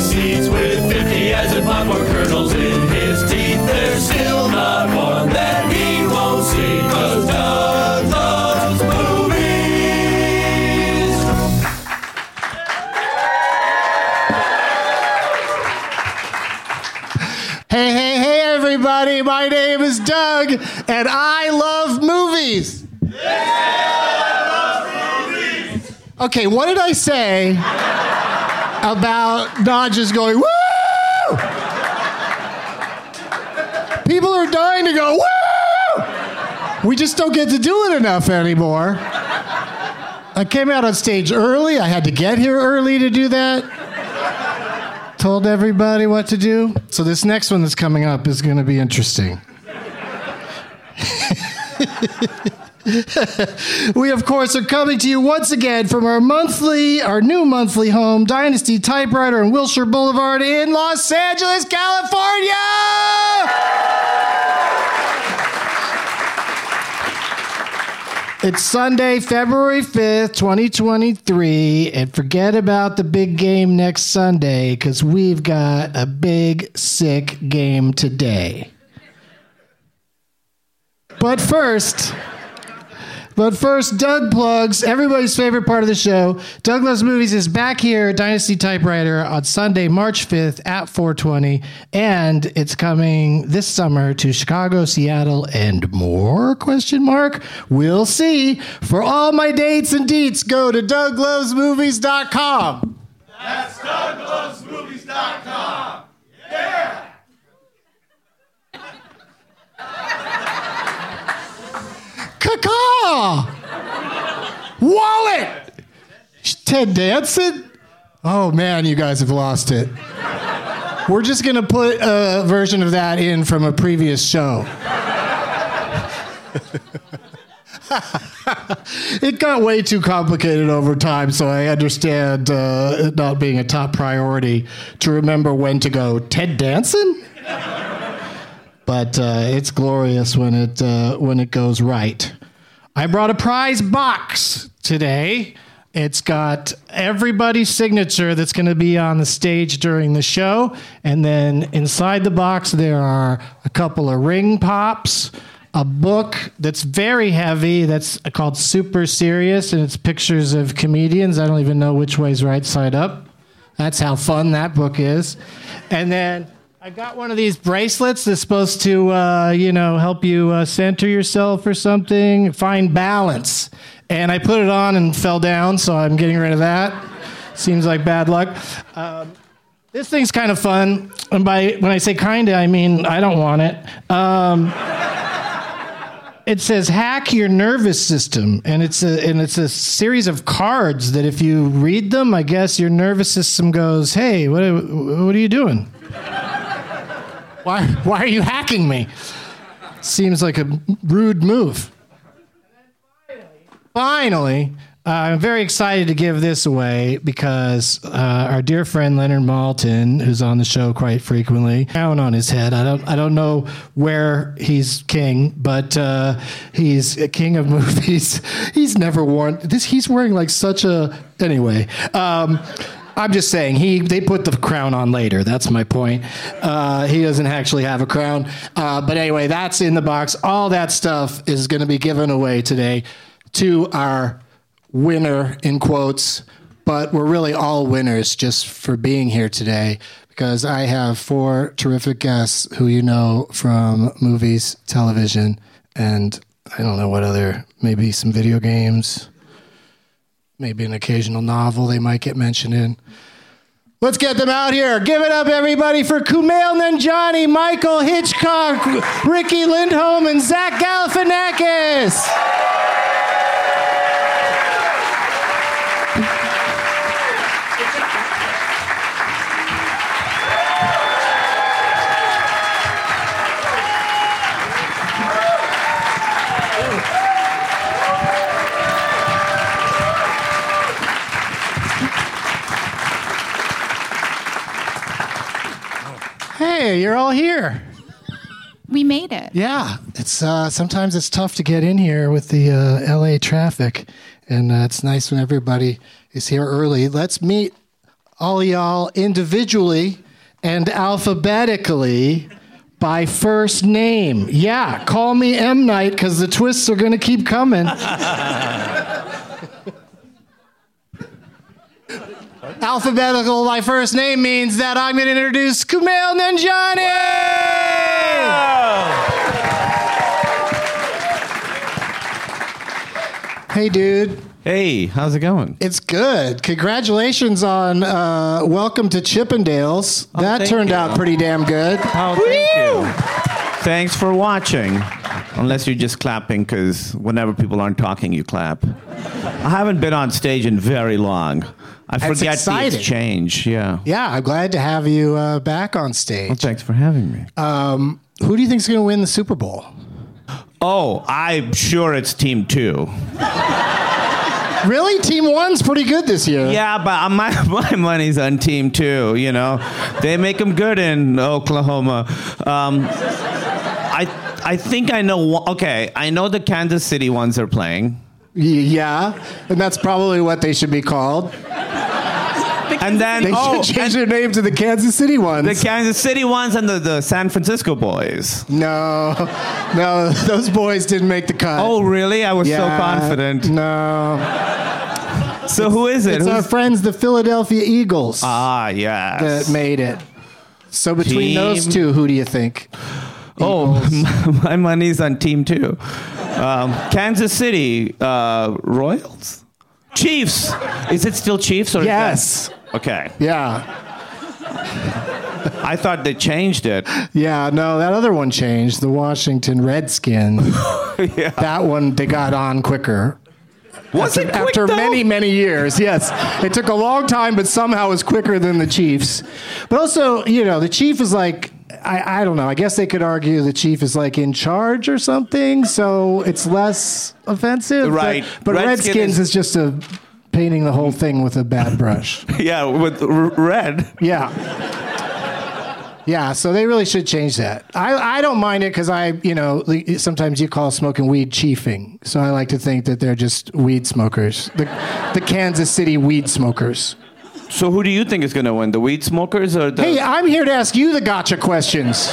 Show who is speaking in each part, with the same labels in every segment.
Speaker 1: seeds with 50 as and popcorn kernels in his teeth. There's still not one that he won't see, cause Doug loves movies.
Speaker 2: Hey, hey, hey, everybody. My name is Doug, and I love movies. Okay, what did I say about not just going, woo? People are dying to go, woo! We just don't get to do it enough anymore. I came out on stage early. I had to get here early to do that told everybody what to do. So this next one that's coming up is going to be interesting. we of course are coming to you once again from our monthly, our new monthly home, Dynasty Typewriter on Wilshire Boulevard in Los Angeles, California. It's Sunday, February 5th, 2023. And forget about the big game next Sunday because we've got a big, sick game today. But first, but first, Doug plugs everybody's favorite part of the show. Doug Loves Movies is back here at Dynasty Typewriter on Sunday, March 5th at 420. And it's coming this summer to Chicago, Seattle, and more, question mark? We'll see. For all my dates and deets, go to douglovesmovies.com. Caca! Wallet! Ted Danson? Oh man, you guys have lost it. We're just gonna put a version of that in from a previous show. it got way too complicated over time, so I understand uh, it not being a top priority to remember when to go. Ted Danson? but uh, it's glorious when it uh, when it goes right. I brought a prize box today. It's got everybody's signature that's going to be on the stage during the show. And then inside the box, there are a couple of ring pops, a book that's very heavy that's called Super Serious, and it's pictures of comedians. I don't even know which way's right side up. That's how fun that book is. And then I got one of these bracelets that's supposed to, uh, you know, help you uh, center yourself or something, find balance. And I put it on and fell down, so I'm getting rid of that. Seems like bad luck. Um, this thing's kind of fun. And by when I say kinda, I mean I don't want it. Um, it says hack your nervous system and it's a and it's a series of cards that if you read them i guess your nervous system goes hey what are- what are you doing why why are you hacking me seems like a rude move finally uh, i'm very excited to give this away because uh, our dear friend leonard malton who's on the show quite frequently crown on his head i don't, I don't know where he's king but uh, he's a king of movies he's never worn this he's wearing like such a anyway um, I'm just saying he they put the crown on later. That's my point. Uh, he doesn't actually have a crown, uh, but anyway, that's in the box. All that stuff is going to be given away today to our winner in quotes. But we're really all winners just for being here today because I have four terrific guests who you know from movies, television, and I don't know what other maybe some video games maybe an occasional novel they might get mentioned in. Let's get them out here. Give it up, everybody, for Kumail Nanjiani, Michael Hitchcock, Ricky Lindholm, and Zach Galifianakis. Hey, you're all here.
Speaker 3: We made it.
Speaker 2: Yeah, it's uh, sometimes it's tough to get in here with the uh, LA traffic, and uh, it's nice when everybody is here early. Let's meet all y'all individually and alphabetically by first name. Yeah, call me M Night because the twists are gonna keep coming. Alphabetical by first name means that I'm gonna introduce Kumail Nanjiani. Hey, dude.
Speaker 4: Hey, how's it going?
Speaker 2: It's good. Congratulations on uh, Welcome to Chippendales. that
Speaker 4: Oh, thank
Speaker 2: turned
Speaker 4: you.
Speaker 2: out pretty damn good.
Speaker 4: Oh, thank you. Thanks for watching. Unless you're just clapping, because whenever people aren't talking, you clap. I haven't been on stage in very long. I forget the
Speaker 2: exciting.
Speaker 4: exchange. Yeah.
Speaker 2: Yeah, I'm glad to have you uh, back on stage.
Speaker 4: Thanks for having me.
Speaker 2: Um, who do you think's going to win the Super Bowl?
Speaker 4: oh, I'm sure it's team two.
Speaker 2: Really? Team One's pretty good this year.
Speaker 4: Yeah, but my, my money's on team two, you know. They make them good in Oklahoma. Um, I, I think I know. one- Okay, I know the Kansas City ones are playing.
Speaker 2: Y- Yeah. And that's probably what they should be called.
Speaker 4: And then
Speaker 2: They
Speaker 4: oh,
Speaker 2: should change their name to the Kansas City ones.
Speaker 4: The Kansas City ones and the, the San Francisco boys.
Speaker 2: no, no, those boys didn't make the cut.
Speaker 4: Oh, really? I was so
Speaker 2: Yeah.
Speaker 4: confident.
Speaker 2: No.
Speaker 4: So who is it?
Speaker 2: It's our
Speaker 4: Who's-
Speaker 2: friends, the Philadelphia Eagles.
Speaker 4: ah, yes.
Speaker 2: that made it. So between
Speaker 4: Team-
Speaker 2: those two, who do you think?
Speaker 4: oh, my, my money's on team two. Um, Kansas City uh, Royals? Chiefs. Is it still Chiefs? Or is that-
Speaker 2: Yes.
Speaker 4: okay.
Speaker 2: Yeah.
Speaker 4: I thought they changed it.
Speaker 2: Yeah, no, that other one changed. The Washington Redskins. That one they got on quicker.
Speaker 4: Was
Speaker 2: after,
Speaker 4: it quick,
Speaker 2: after
Speaker 4: though?
Speaker 2: many, many years. Yes, it took a long time, but somehow it's quicker than the Chiefs. But also, you know, the Chief is like. I, I don't know. I guess they could argue the chief is like in charge or something, so it's less offensive.
Speaker 4: Right.
Speaker 2: But, but
Speaker 4: Redskin
Speaker 2: Redskins
Speaker 4: is-
Speaker 2: is just a painting the whole thing with a bad brush.
Speaker 4: Yeah, with r- red.
Speaker 2: Yeah. Yeah, so they really should change that. I, I don't mind it because I, you know, le- sometimes you call smoking weed chiefing. So I like to think that they're just weed smokers, the, the Kansas City weed smokers.
Speaker 4: So who do you think is going to win, the weed smokers or the?
Speaker 2: Hey, I'm here to ask you the gotcha questions.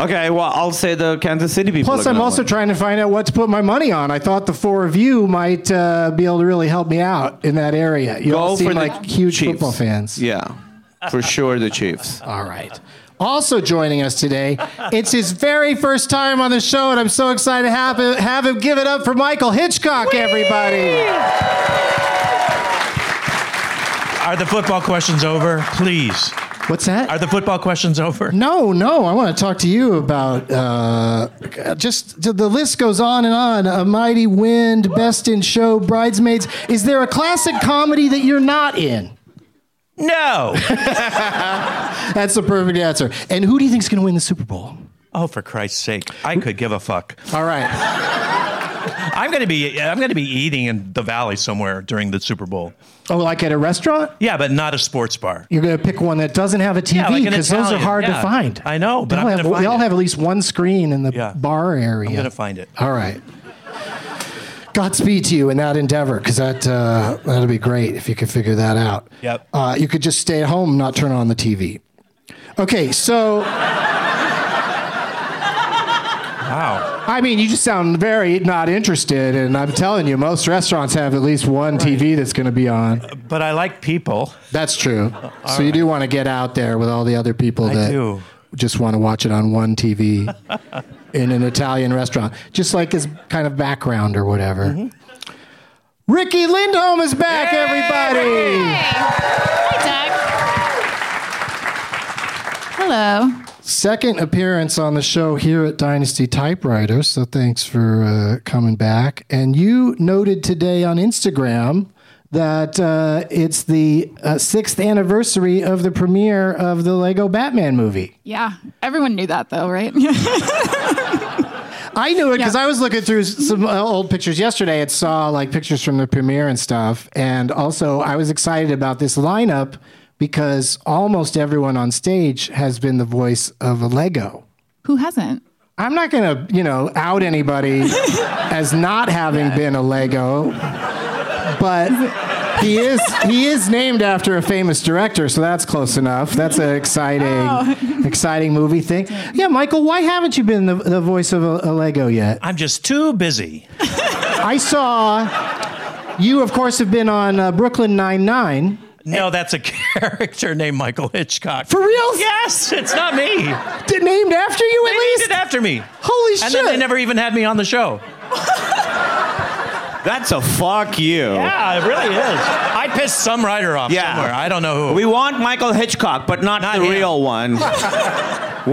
Speaker 4: okay, well I'll say the Kansas City people.
Speaker 2: Plus,
Speaker 4: are
Speaker 2: I'm
Speaker 4: gonna
Speaker 2: also
Speaker 4: win.
Speaker 2: trying to find out what to put my money on. I thought the four of you might uh, be able to really help me out in that area. You
Speaker 4: Go
Speaker 2: all seem
Speaker 4: for the
Speaker 2: like huge
Speaker 4: Chiefs.
Speaker 2: football fans.
Speaker 4: Yeah, for sure the Chiefs.
Speaker 2: All right. Also joining us today, it's his very first time on the show, and I'm so excited to have him, have him give it up for Michael Hitchcock, everybody.
Speaker 5: Are the football questions over? Please.
Speaker 2: What's that?
Speaker 5: Are the football questions over?
Speaker 2: no, no, I want to talk to you about uh, just the the list goes on and on. A Mighty Wind, Best in Show, Bridesmaids. Is there a classic comedy that you're not in?
Speaker 5: No.
Speaker 2: That's the perfect answer. And who do you think's going to win the Super Bowl?
Speaker 5: oh, for Christ's sake! I could give a fuck.
Speaker 2: All right.
Speaker 5: I'm gonna be I'm gonna be eating in the valley somewhere during the Super Bowl.
Speaker 2: Oh, like at a restaurant?
Speaker 5: Yeah, but not a sports bar.
Speaker 2: You're going to pick one that doesn't have a
Speaker 5: Yeah,
Speaker 2: TV
Speaker 5: like an
Speaker 2: because those are
Speaker 5: Italian.
Speaker 2: hard to
Speaker 5: Yeah.
Speaker 2: find.
Speaker 5: I know, but
Speaker 2: they
Speaker 5: I'm
Speaker 2: all, have,
Speaker 5: gonna
Speaker 2: they all
Speaker 5: find it.
Speaker 2: have at least one screen in the
Speaker 5: Yeah.
Speaker 2: bar area.
Speaker 5: I'm gonna find it.
Speaker 2: All right. Godspeed to you in that endeavor because that, uh, that'd be great if you could figure that out.
Speaker 5: Yep.
Speaker 2: Uh, you could just stay at home, not turn on the TV. Okay, so
Speaker 5: Wow.
Speaker 2: I mean, you just sound very not interested, and I'm telling you, most restaurants have at least one TV that's going to be on.
Speaker 5: But I like people.
Speaker 2: That's true. so you do want to get out there with all the other people
Speaker 5: I
Speaker 2: that
Speaker 5: do.
Speaker 2: just want to watch it on one TV in an Italian restaurant, just like as kind of background or whatever.
Speaker 5: Mm-hmm.
Speaker 2: Ricky Lindholm is back, everybody.
Speaker 3: Hi, Doug. Hello.
Speaker 2: Second appearance on the show here at Dynasty Typewriter. So thanks for uh, coming back. And you noted today on Instagram that uh, it's the uh, sixth anniversary of the premiere of the Lego Batman movie.
Speaker 3: Yeah, everyone knew that though, right?
Speaker 2: I knew it because
Speaker 3: Yeah.
Speaker 2: I was looking through some uh, old pictures yesterday and saw like pictures from the premiere and stuff. And also, I was excited about this lineup because almost everyone on stage has been the voice of a Lego.
Speaker 3: Who hasn't?
Speaker 2: I'm not going to, you know, out anybody as not having been a Lego, but he is he is named after a famous director, so that's close enough. That's an exciting exciting movie thing. Yeah, Michael, why haven't you been the, the voice of a, a Lego yet?
Speaker 5: I'm just too busy.
Speaker 2: I saw you, of course, have been on uh, Brooklyn Nine Nine.
Speaker 5: No, that's a character named Michael Hitchcock.
Speaker 2: For reals?
Speaker 5: Yes, it's not me. They
Speaker 2: D- named after you at
Speaker 5: named
Speaker 2: least.
Speaker 5: it after me.
Speaker 2: Holy
Speaker 5: And
Speaker 2: shit!
Speaker 5: then they never even had me on the show.
Speaker 4: That's a fuck you.
Speaker 5: Yeah, it really is. I pissed some writer off
Speaker 4: Yeah.
Speaker 5: somewhere. I don't know who.
Speaker 4: We want Michael Hitchcock, but not,
Speaker 5: Not
Speaker 4: the
Speaker 5: him.
Speaker 4: real one. we'll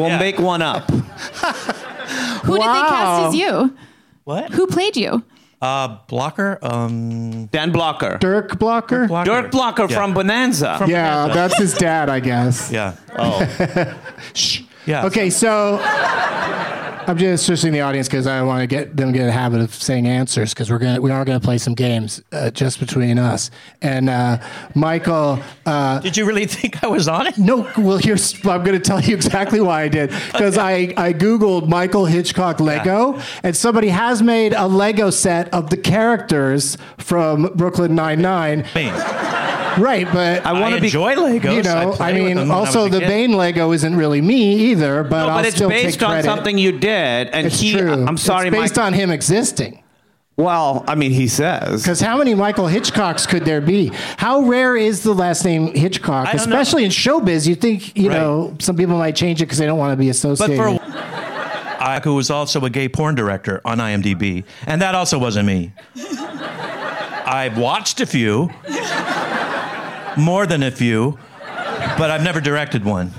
Speaker 5: Yeah.
Speaker 4: make one up.
Speaker 3: Who did they cast as you?
Speaker 5: what?
Speaker 3: Who played you?
Speaker 5: Uh, Blocker. Um,
Speaker 4: Dan Blocker.
Speaker 2: Dirk Blocker.
Speaker 5: Blocker.
Speaker 4: Dirk Blocker
Speaker 5: Yeah.
Speaker 4: from Bonanza.
Speaker 2: yeah, that's his dad, I guess.
Speaker 5: Yeah.
Speaker 2: Shh.
Speaker 5: Yeah.
Speaker 2: Okay, so I'm just searching the audience because I want to get them to get a habit of saying answers because we're gonna we are gonna play some games uh, just between us and uh, Michael. Uh,
Speaker 5: Did you really think I was on it?
Speaker 2: No, well, here's I'm going to tell you exactly why I did because I I googled Michael Hitchcock Lego and somebody has made a Lego set of the characters from Brooklyn Nine Nine.
Speaker 5: Me.
Speaker 2: Right, but
Speaker 4: I
Speaker 5: I
Speaker 4: want to be.
Speaker 5: enjoy Legos.
Speaker 2: you know,
Speaker 5: play
Speaker 2: I,
Speaker 5: with
Speaker 2: mean,
Speaker 5: them when I was
Speaker 2: also
Speaker 5: a
Speaker 2: the
Speaker 5: kid.
Speaker 2: Bane Lego isn't really me either, but
Speaker 4: No,
Speaker 2: I'll
Speaker 4: but it's
Speaker 2: still take
Speaker 4: based on
Speaker 2: credit.
Speaker 4: something you did, and
Speaker 2: It's
Speaker 4: he.
Speaker 2: true.
Speaker 4: I'm sorry,
Speaker 2: it's
Speaker 4: Mike.
Speaker 2: based on him existing.
Speaker 4: well, I mean, he says.
Speaker 2: Because how many Michael Hitchcocks could there be? How rare is the last name Hitchcock,
Speaker 5: I don't know.
Speaker 2: especially in showbiz? You think you
Speaker 5: Right.
Speaker 2: know some people might change it because they don't want to be
Speaker 5: But
Speaker 2: associated.
Speaker 5: for a I, who was also a gay porn director on IMDb, and that also wasn't me. I've watched a few, more than a few, but I've never directed one.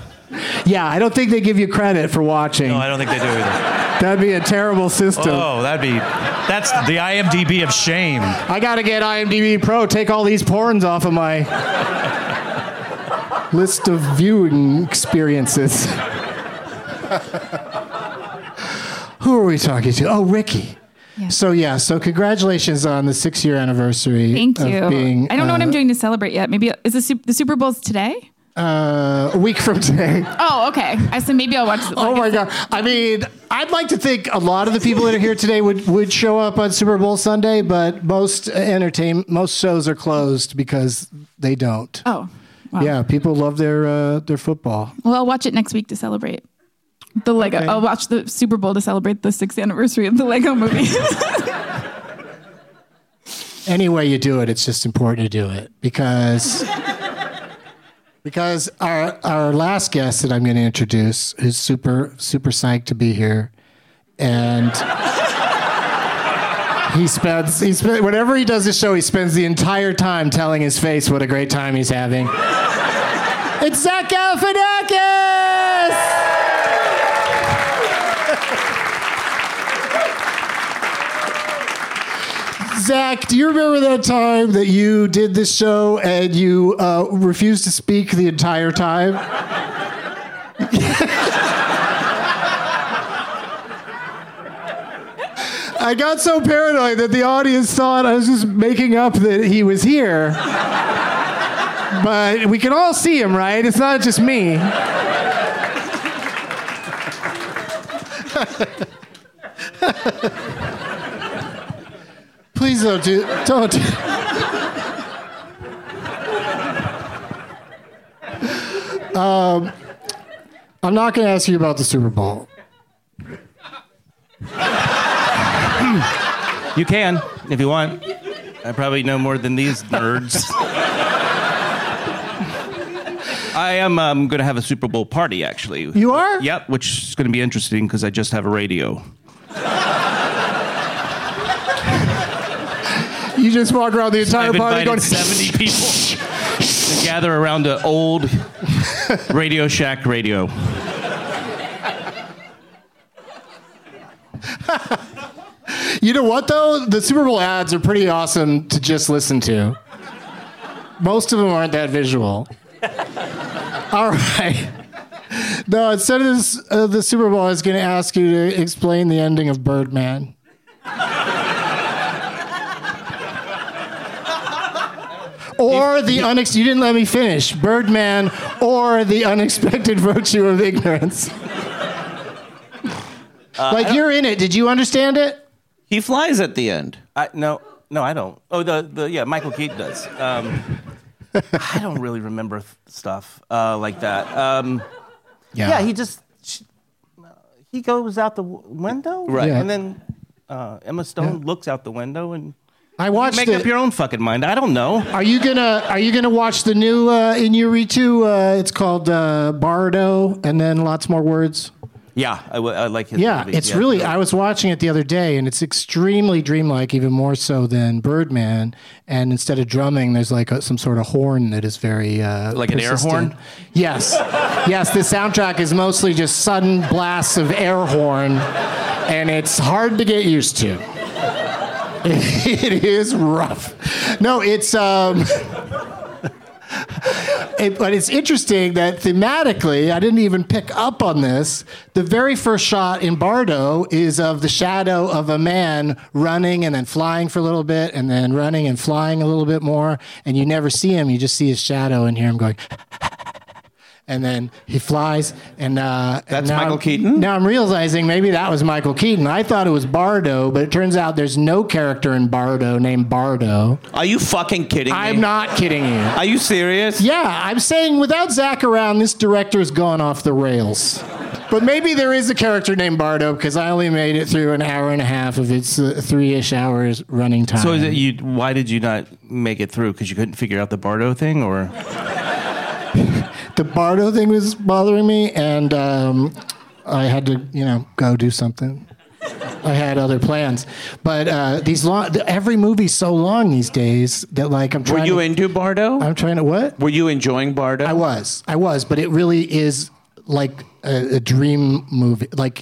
Speaker 2: Yeah, I don't think they give you credit for watching.
Speaker 5: No, I don't think they do either.
Speaker 2: That'd be a terrible system.
Speaker 5: Oh, that'd be that's the IMDb of shame.
Speaker 2: I gotta get IMDb Pro. Take all these porns off of my list of viewing experiences. Who are we talking to? Oh, Ricky.
Speaker 3: Yeah.
Speaker 2: So yeah, so congratulations on the six-year anniversary.
Speaker 3: Thank
Speaker 2: of
Speaker 3: you.
Speaker 2: Being,
Speaker 3: I don't know what
Speaker 2: uh,
Speaker 3: I'm doing to celebrate yet. Maybe is the, Sup- the Super Bowl's today?
Speaker 2: uh, a week from today.
Speaker 3: Oh, okay. I said maybe I'll watch.
Speaker 2: Oh my god! I mean, I'd like to think a lot of the people that are here today would, would show up on Super Bowl Sunday, but most entertain most shows are closed because they don't.
Speaker 3: Oh, wow.
Speaker 2: Yeah, people love their uh, their football.
Speaker 3: Well, I'll watch it next week to celebrate the Lego.
Speaker 2: Okay.
Speaker 3: I'll watch the Super Bowl to celebrate the sixth anniversary of the Lego movie.
Speaker 2: Oh. Any way you do it, it's just important to do it because because our our last guest that I'm going to introduce is super super psyched to be here, and. He spends, he spends, whenever he does this show, he spends the entire time telling his face what a great time he's having. it's Zach Galifianakis! Zach, do you remember that time that you did this show and you uh, refused to speak the entire time? I got so paranoid that the audience thought I was just making up that he was here. But we can all see him, right? It's not just me. Please don't do don't. do- Um, I'm not going to ask you about the Super Bowl.
Speaker 4: You can, if you want. I probably know more than these nerds. I am um, going to have a Super Bowl party, actually.
Speaker 2: You are?
Speaker 4: Yep, which is going to be interesting because I just have a radio.
Speaker 2: You just walk around the entire
Speaker 4: I've
Speaker 2: party
Speaker 4: invited
Speaker 2: going.
Speaker 4: 70 people to gather around an old Radio Shack radio.
Speaker 2: You know what though? The Super Bowl ads are pretty awesome to just listen to. Most of them aren't that visual. All right. No, instead of this, uh, the Super Bowl, I was going to ask you to explain the ending of Birdman. or the unex you didn't let me finish birdman or the unexpected virtue of ignorance like you're in it did you understand it
Speaker 6: He flies at the end.
Speaker 4: I, no, no, I don't. Oh, the, the yeah, Michael Keaton does. Um, I don't really remember th- stuff uh, like that. Um, yeah. he just sh uh, he goes out the w- window, right?
Speaker 2: Yeah.
Speaker 4: And then uh, Emma Stone looks out the window and
Speaker 2: I watched
Speaker 4: make
Speaker 2: it.
Speaker 4: up your own fucking mind. I don't know.
Speaker 2: Are you gonna Are you gonna watch the new uh, Inuritu? Uh, it's called uh, Bardo, and then lots more words.
Speaker 4: Yeah, I, w- I like his.
Speaker 2: Yeah,
Speaker 4: movie.
Speaker 2: it's really. I was watching it the other day, and it's extremely dreamlike, even more so than Birdman. And instead of drumming, there's like a, some sort of horn that is very uh,
Speaker 4: Like an air horn?
Speaker 2: Yes, yes. The soundtrack is mostly just sudden blasts of air horn, and it's hard to get used to. it is rough. No, it's um. It- but it's interesting that thematically, I didn't even pick up on this. The very first shot in Bardo is of the shadow of a man running and then flying for a little bit, and then running and flying a little bit more. And you never see him; you just see his shadow and hear him going. And then he flies, and uh,
Speaker 4: That's
Speaker 2: and now
Speaker 4: Michael
Speaker 2: I'm-
Speaker 4: Keaton?
Speaker 2: Now I'm realizing maybe that was Michael Keaton. I thought it was Bardo, but it turns out there's no character in Bardo named Bardo.
Speaker 6: Are you fucking kidding me?
Speaker 2: I'm not kidding you.
Speaker 6: Are you serious?
Speaker 2: Yeah, I'm saying without Zach around, this director's gone off the rails. But maybe there is a character named Bardo because I only made it through an hour and a half of its uh, three-ish hours running time.
Speaker 4: So is it you? Why did you not make it through? Because you couldn't figure out the Bardo thing, or
Speaker 2: the Bardo thing was bothering me, and um, I had to, you know, go do something. I had other plans, but uh, these long, every movie's so long these days that like I'm trying.
Speaker 6: Were you
Speaker 2: to,
Speaker 6: into Bardo?
Speaker 2: I'm trying to what?
Speaker 6: Were you enjoying Bardo?
Speaker 2: I was, I was, but it really is like a, a dream movie. Like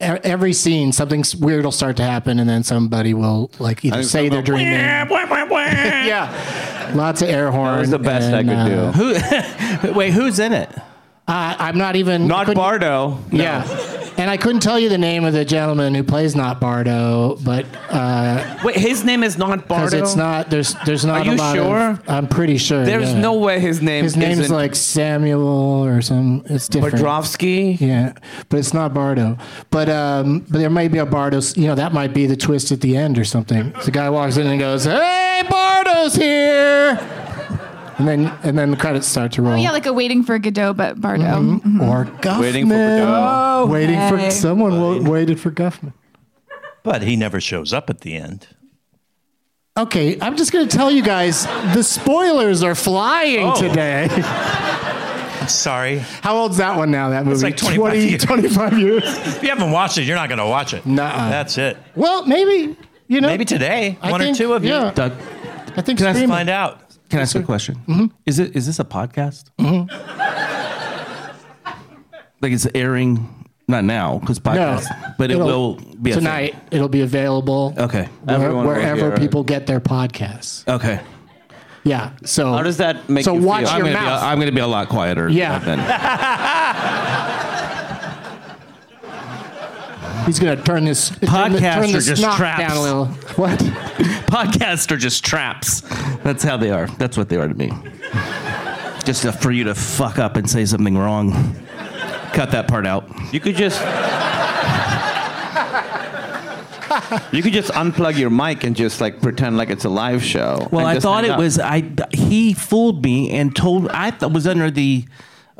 Speaker 2: e- every scene, something s- weird will start to happen, and then somebody will like either say they're dreaming. yeah, lots of air horn.
Speaker 6: was the best I
Speaker 2: and,
Speaker 6: could do.
Speaker 4: who? Wait, who's in it?
Speaker 2: Uh, I'm not even. I
Speaker 6: Not
Speaker 2: couldn't-
Speaker 6: Bardo. No.
Speaker 2: Yeah. And I couldn't tell you the name of the gentleman who plays Not Bardo, but
Speaker 6: Wait, his name is not
Speaker 2: because
Speaker 6: Bardo.
Speaker 2: it's not there's there's not
Speaker 6: Are
Speaker 2: a
Speaker 6: you
Speaker 2: lot
Speaker 6: sure?
Speaker 2: of. I'm pretty sure.
Speaker 6: There's
Speaker 2: yeah.
Speaker 6: no way his name.
Speaker 2: His name's
Speaker 6: isn't
Speaker 2: like Samuel or some. It's different.
Speaker 6: Bardrovsky.
Speaker 2: Yeah, but it's not Bardo. But um, but there might be a Bardo. You know, that might be the twist at the end or something. The guy walks in and goes, "Hey, Bardo's here," and then and then the credits start to roll.
Speaker 6: Oh,
Speaker 3: Yeah, like a waiting for Godot, but Bardo.
Speaker 2: Mm-hmm.
Speaker 3: Mm-hmm.
Speaker 2: or Guffman.
Speaker 6: Waiting for Godot.
Speaker 2: Waiting
Speaker 3: Okay.
Speaker 2: for someone wa- waited for Guffman.
Speaker 7: But he never shows up at the end.
Speaker 2: Okay, I'm just going to tell you guys the spoilers are flying
Speaker 7: Oh.
Speaker 2: today.
Speaker 7: I'm sorry.
Speaker 2: How old's that one now? That movie?
Speaker 7: like 25 years.
Speaker 2: 25 years.
Speaker 7: If you haven't watched it, you're not going to watch it.
Speaker 2: Nuh-uh.
Speaker 7: That's it.
Speaker 2: Well, maybe you know.
Speaker 7: Maybe today,
Speaker 2: I
Speaker 7: one
Speaker 2: think-
Speaker 7: or two of
Speaker 2: yeah.
Speaker 7: you.
Speaker 4: Doug,
Speaker 2: I think
Speaker 4: Can I
Speaker 2: Scream-
Speaker 7: Find out.
Speaker 4: can I ask a question?
Speaker 2: Mm-hmm.
Speaker 4: Is it is this a podcast? like it's airing not now because podcast, but it
Speaker 2: It'll-
Speaker 4: will be a thing.
Speaker 2: tonight. It'll be available.
Speaker 4: Okay,
Speaker 2: where-
Speaker 4: Everyone will
Speaker 2: wherever
Speaker 4: hear it.
Speaker 2: people get their podcasts.
Speaker 4: Okay,
Speaker 2: Yeah. So
Speaker 6: How does that make
Speaker 2: So
Speaker 6: you
Speaker 2: watch
Speaker 6: feel?
Speaker 4: I'm
Speaker 2: your
Speaker 4: gonna, be,
Speaker 2: mouth.
Speaker 4: I'm gonna be a lot quieter.
Speaker 2: Yeah.
Speaker 4: Then.
Speaker 2: He's going to turn this turn the,
Speaker 4: Podcasts
Speaker 2: turn
Speaker 4: are
Speaker 2: the
Speaker 4: just
Speaker 2: snot
Speaker 4: traps.
Speaker 2: down a little. What?
Speaker 4: Podcasts are just traps. That's how they are. That's what they are to me. Just to, for you to fuck up and say something wrong. Cut that part out.
Speaker 6: You could just. you could just unplug your mic and just like pretend like it's a live show.
Speaker 4: Well,
Speaker 6: and
Speaker 4: I
Speaker 6: just
Speaker 4: thought
Speaker 6: hang
Speaker 4: it
Speaker 6: up.
Speaker 4: was I. He fooled me and told. I th- was under the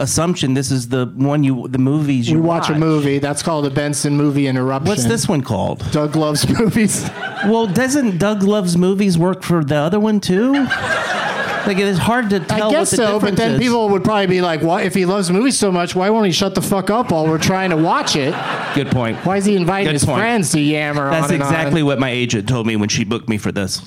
Speaker 4: assumption this is the one you the movies you
Speaker 2: We watch a
Speaker 4: watch.
Speaker 2: movie. That's called a Benson movie interruption.
Speaker 4: What's this one called?
Speaker 2: Doug loves movies.
Speaker 4: Well, doesn't Doug Loves Movies work for the other one too? like it is hard to tell.
Speaker 2: I guess
Speaker 4: what the
Speaker 2: so, but
Speaker 4: difference
Speaker 2: then
Speaker 4: is.
Speaker 2: people would probably be like, "What if he loves movies so much? Why won't he shut the fuck up while we're trying to watch it?
Speaker 4: Good point.
Speaker 2: Why is he inviting
Speaker 4: Good
Speaker 2: his
Speaker 4: point.
Speaker 2: friends to yammer
Speaker 4: That's
Speaker 2: on and
Speaker 4: exactly
Speaker 2: on?
Speaker 4: what my agent told me when she booked me for this.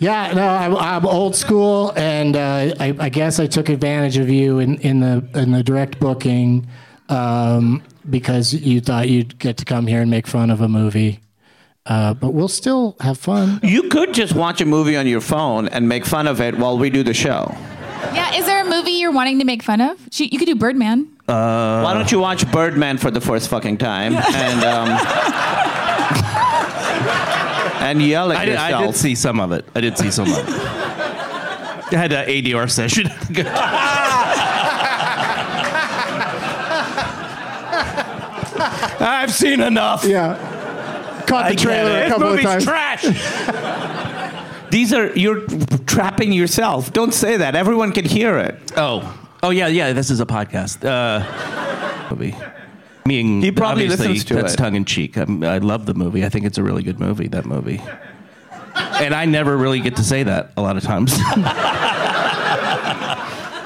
Speaker 2: Yeah, no, I'm, I'm old school, and uh, I, I guess I took advantage of you in, in the in the direct booking um, because you thought you'd get to come here and make fun of a movie, uh, but we'll still have fun.
Speaker 6: You could just watch a movie on your phone and make fun of it while we do the show.
Speaker 3: Yeah, is there a movie you're wanting to make fun of? Shoot, You could do Birdman.
Speaker 6: Why don't you watch Birdman for the first fucking time and um, and yell at
Speaker 4: I did,
Speaker 6: yourself?
Speaker 4: I did see some of it. I did see some of it. I had an ADR session. I've seen enough.
Speaker 2: Yeah, caught
Speaker 4: I
Speaker 2: the
Speaker 4: get
Speaker 2: trailer
Speaker 4: it.
Speaker 2: a couple of
Speaker 4: Movie's
Speaker 2: times.
Speaker 4: trash.
Speaker 6: These are you're trapping yourself. Don't say that. Everyone can hear it.
Speaker 4: oh, oh yeah, yeah. This is a podcast. Uh, movie. Me and
Speaker 6: He probably
Speaker 4: obviously,
Speaker 6: listens to
Speaker 4: that's
Speaker 6: it.
Speaker 4: tongue in cheek. I'm, I love the movie. I think it's a really good movie. That movie. And I never really get to say that a lot of times.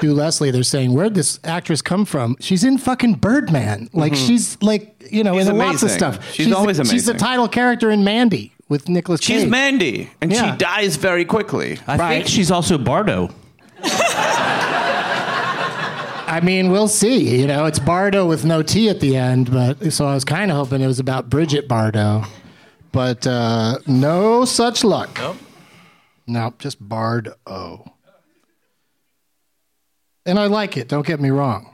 Speaker 2: Sue Leslie, they're saying, where'd this actress come from? She's in fucking Birdman. Like she's like, you know,
Speaker 6: Mm-hmm. She's
Speaker 2: in lots of
Speaker 6: amazing.
Speaker 2: stuff.
Speaker 6: She's always
Speaker 2: She's the
Speaker 6: amazing.
Speaker 2: title character in Mandy with Nicolas Cage.
Speaker 6: She's Mandy, and
Speaker 2: Yeah.
Speaker 6: she dies very quickly.
Speaker 4: I
Speaker 2: Right.
Speaker 4: think she's also Bardo.
Speaker 2: I mean, we'll see. You know, it's Bardo with no T at the end, but so I was kind of hoping it was about Bridget Bardo, but uh, no such luck. Nope. No, just Bardo. And I like it. Don't get me wrong.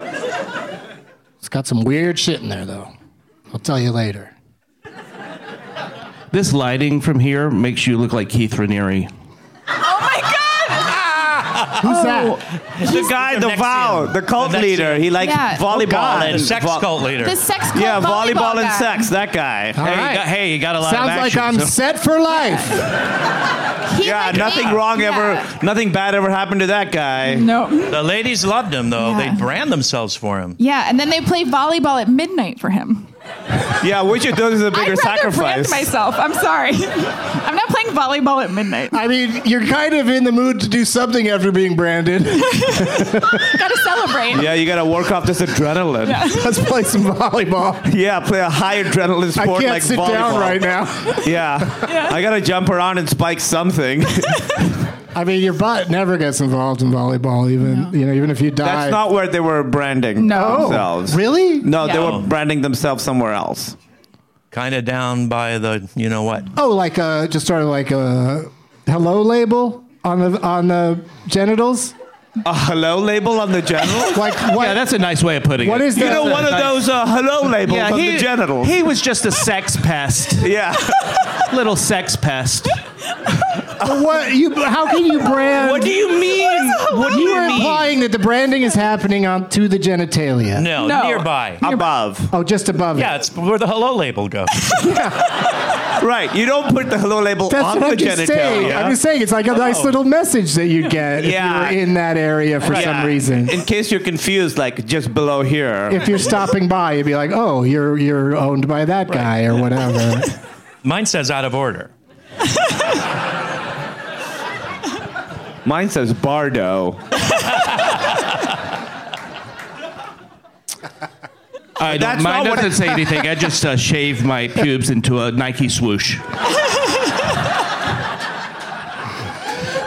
Speaker 2: It's got some weird shit in there, though. I'll tell you later.
Speaker 4: This lighting from here makes you look like Keith Raniere.
Speaker 2: Who's
Speaker 6: Oh,
Speaker 2: that?
Speaker 6: The guy, the
Speaker 7: next
Speaker 6: vow,
Speaker 7: year.
Speaker 6: the cult
Speaker 7: The next
Speaker 6: leader.
Speaker 7: year.
Speaker 6: He likes
Speaker 3: Yeah. Oh,
Speaker 6: volleyball
Speaker 7: God,
Speaker 6: and
Speaker 7: the sex
Speaker 6: vo-
Speaker 7: cult leader.
Speaker 3: The sex club
Speaker 6: Yeah, volleyball, and
Speaker 3: guy.
Speaker 6: sex. That guy.
Speaker 2: All
Speaker 4: hey,
Speaker 2: right.
Speaker 4: you got, hey, you got a lot
Speaker 2: Sounds
Speaker 4: of
Speaker 2: like
Speaker 4: action.
Speaker 2: I'm
Speaker 4: so-
Speaker 2: set for life.
Speaker 3: He
Speaker 6: yeah,
Speaker 3: like
Speaker 6: nothing
Speaker 3: made-
Speaker 6: wrong
Speaker 3: yeah.
Speaker 6: ever. Nothing bad ever happened to that guy.
Speaker 3: No.
Speaker 7: The ladies loved him, though.
Speaker 3: Yeah.
Speaker 7: They brand themselves for him.
Speaker 3: Yeah, and then they play volleyball at midnight for him.
Speaker 6: Yeah, which of those is a bigger
Speaker 3: I'd rather brand
Speaker 6: sacrifice?
Speaker 3: myself. I'm sorry. I'm not playing volleyball at midnight.
Speaker 2: I mean, you're kind of in the mood to do something after being branded.
Speaker 3: Gotta celebrate.
Speaker 6: Yeah, you gotta work off this adrenaline. Yeah,
Speaker 2: Let's play some volleyball.
Speaker 6: play a high adrenaline
Speaker 2: I
Speaker 6: sport
Speaker 2: can't
Speaker 6: like
Speaker 2: sit
Speaker 6: volleyball.
Speaker 2: down right now.
Speaker 6: Yeah. I gotta jump around and spike something.
Speaker 2: I mean, your butt never gets involved in volleyball, even you know, even if you die.
Speaker 6: That's not where they were branding
Speaker 3: No.
Speaker 6: themselves.
Speaker 2: really.
Speaker 6: No, they
Speaker 3: Yeah.
Speaker 6: were branding themselves somewhere else.
Speaker 7: kind of down by the you know what.
Speaker 2: Oh, like uh, just sort of like a hello label on the on the genitals.
Speaker 6: A hello label on the genitals?
Speaker 2: Like what?
Speaker 5: Yeah, that's a nice way of putting
Speaker 2: What
Speaker 5: it.
Speaker 2: is
Speaker 6: You
Speaker 2: that?
Speaker 6: know, one of
Speaker 5: nice.
Speaker 6: those uh, hello labels on the genitals.
Speaker 5: He was just a sex pest.
Speaker 6: yeah.
Speaker 5: Little sex pest.
Speaker 2: But what you? How can you brand?
Speaker 5: What do you mean? What do
Speaker 2: you
Speaker 5: you
Speaker 2: are
Speaker 5: mean?
Speaker 2: implying that the branding is happening on to the genitalia.
Speaker 7: No,
Speaker 3: No.
Speaker 7: nearby.
Speaker 6: Above.
Speaker 2: Oh, just above
Speaker 7: Yeah,
Speaker 2: it.
Speaker 7: it's where the hello label goes.
Speaker 6: Right. You don't put the hello label
Speaker 2: That's
Speaker 6: on
Speaker 2: what
Speaker 6: the
Speaker 2: I'm just saying. I'm
Speaker 6: genitalia.
Speaker 2: just saying it's like a nice little message that you get
Speaker 6: Yeah.
Speaker 2: if you were in that area for
Speaker 6: Yeah.
Speaker 2: some reason.
Speaker 6: In case you're confused, like just below here.
Speaker 2: if you're stopping by, you'd be like, "Oh, you're you're owned by that guy or whatever."
Speaker 7: Mine says out of order.
Speaker 6: Mine says Bardo.
Speaker 5: I don't,
Speaker 6: That's
Speaker 5: mine
Speaker 6: not what-
Speaker 5: doesn't say anything. I just uh, shave my pubes into a Nike swoosh.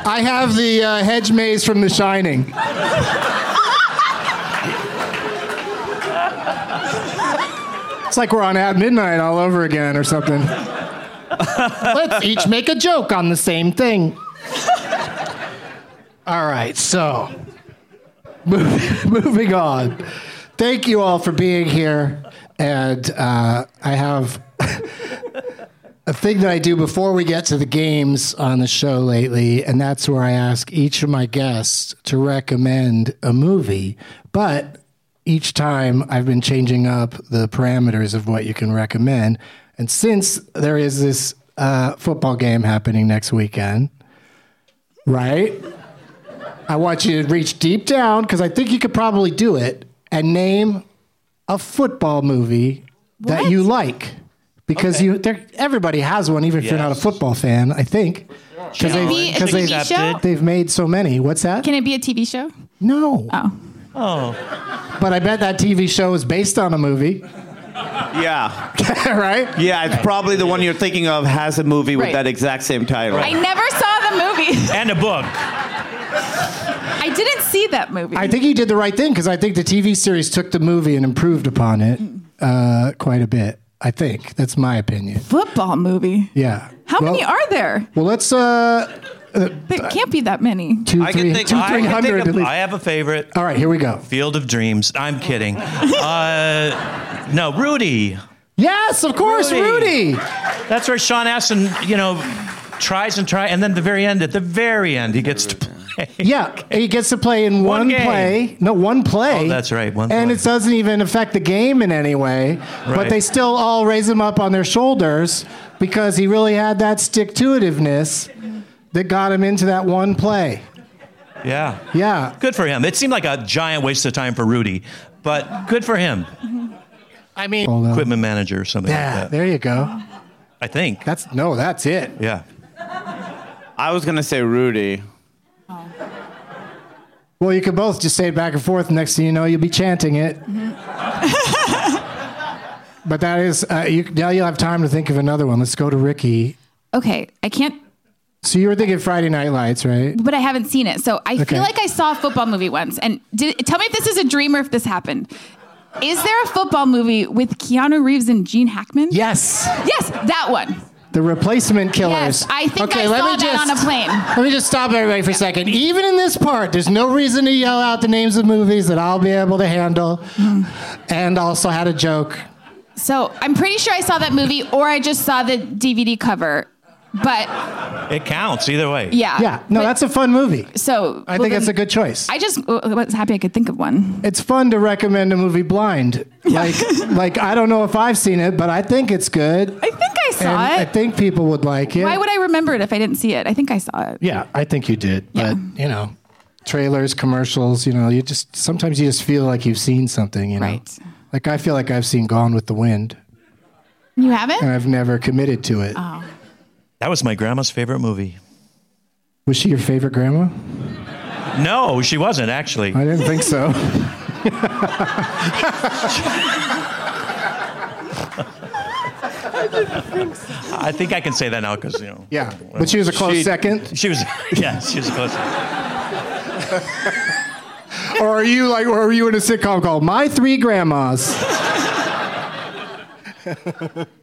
Speaker 2: I have the uh, hedge maze from The Shining. it's like we're on At Midnight all over again or something. Let's each make a joke on the same thing. all right, so mov- moving on. Thank you all for being here. And uh, I have a thing that I do before we get to the games on the show lately, and that's where I ask each of my guests to recommend a movie. But each time I've been changing up the parameters of what you can recommend. And since there is this uh, football game happening next weekend, right? I want you to reach deep down because I think you could probably do it and name a football movie that you like because you there everybody has one even if you're not a
Speaker 7: Yes.
Speaker 2: football fan I think because
Speaker 3: Can it be a TV show?
Speaker 2: they've, they've made so many what's that
Speaker 3: Can it be a TV show?
Speaker 2: no
Speaker 3: Oh.
Speaker 2: but I bet that TV show is based on a movie
Speaker 6: Yeah.
Speaker 2: right
Speaker 6: Yeah, it's probably the one you're thinking of has a movie with
Speaker 3: Right.
Speaker 6: that exact same title.
Speaker 3: I never saw the movie.
Speaker 7: And a book.
Speaker 3: I didn't see that movie.
Speaker 2: I think he did the right thing because I think the TV series took the movie and improved upon it uh, quite a bit I think that's my opinion
Speaker 3: Football movie.
Speaker 2: yeah
Speaker 3: How
Speaker 2: Well-
Speaker 3: many are there?
Speaker 2: well let's uh
Speaker 3: There can't be that many.
Speaker 2: two,
Speaker 7: I can
Speaker 2: three,
Speaker 7: think-
Speaker 2: two,
Speaker 7: I can
Speaker 2: three
Speaker 7: think
Speaker 2: hundred
Speaker 7: of-
Speaker 2: at least.
Speaker 7: I have a favorite.
Speaker 2: All right, here we go.
Speaker 7: Field of Dreams. I'm kidding. Uh, no, Rudy.
Speaker 2: Yes, of course,
Speaker 7: Rudy.
Speaker 2: Rudy.
Speaker 7: That's where Sean Astin, you know, tries and try, and then the very end. At the very end, he gets to play.
Speaker 2: Yeah, he gets to play in one,
Speaker 7: One game.
Speaker 2: play. No, one play.
Speaker 7: Oh, that's right, one
Speaker 2: and
Speaker 7: play.
Speaker 2: it doesn't even affect the game in any way. But
Speaker 7: Right.
Speaker 2: they still all raise him up on their shoulders because he really had that stick to itiveness that got him into that one play.
Speaker 7: Yeah.
Speaker 2: Yeah.
Speaker 7: Good for him. It seemed like a giant waste of time for Rudy, but good for him.
Speaker 2: I mean, Hold on.
Speaker 7: Equipment manager or something
Speaker 2: yeah,
Speaker 7: like that.
Speaker 2: there you go.
Speaker 7: I think.
Speaker 2: That's no, that's it.
Speaker 7: Yeah.
Speaker 6: I was going to say Rudy.
Speaker 2: Well, you could both just say it back and forth. Next thing you know, you'll be chanting it. Mm-hmm. but that is, uh, you, now you'll have time to think of another one. Let's go to Ricky.
Speaker 8: Okay, I can't
Speaker 2: So you were thinking Friday Night Lights, right?
Speaker 8: but I haven't seen it. So I
Speaker 2: Okay.
Speaker 8: feel like I saw a football movie once. And did, tell me if this is a dream or if this happened. Is there a football movie with Keanu Reeves and Gene Hackman?
Speaker 2: Yes.
Speaker 8: Yes, that one.
Speaker 2: The Replacement Killers.
Speaker 8: Yes, I think I saw that on a plane.
Speaker 2: Let me just stop everybody for a second. Even in this part, there's no reason to yell out the names of movies that I'll be able to handle. and also had a joke.
Speaker 8: So I'm pretty sure I saw that movie or I just saw the DVD cover. But
Speaker 7: It counts either way.
Speaker 8: yeah.
Speaker 2: Yeah, no,
Speaker 8: Uh, But-
Speaker 2: that's a fun movie.
Speaker 8: So
Speaker 2: I think that's a good choice.
Speaker 8: I just w- was happy I could think of one.
Speaker 2: it's fun to recommend a movie blind. Like, like I don't know if I've seen it, but I think it's good.
Speaker 8: I think I
Speaker 2: and
Speaker 8: saw
Speaker 2: I
Speaker 8: it.
Speaker 2: think people would like it.
Speaker 8: Why would I remember it if I didn't see it? I think I saw it.
Speaker 2: Yeah, I think you did. But you know, trailers, commercials. You know, you just sometimes you just feel like you've seen something. You know,
Speaker 8: Right.
Speaker 2: like I feel like I've seen Gone with the Wind,
Speaker 8: You haven't?
Speaker 2: and I've never committed to it.
Speaker 7: That was my grandma's favorite movie.
Speaker 2: Was she your favorite grandma?
Speaker 7: No, she wasn't actually.
Speaker 2: I didn't think so.
Speaker 7: I think I can say that now because you know.
Speaker 2: Yeah, but she was a close
Speaker 6: She-
Speaker 2: second.
Speaker 7: She was. Yeah, she was close.
Speaker 2: Or are you like, or are you in a sitcom called My Three Grandmas?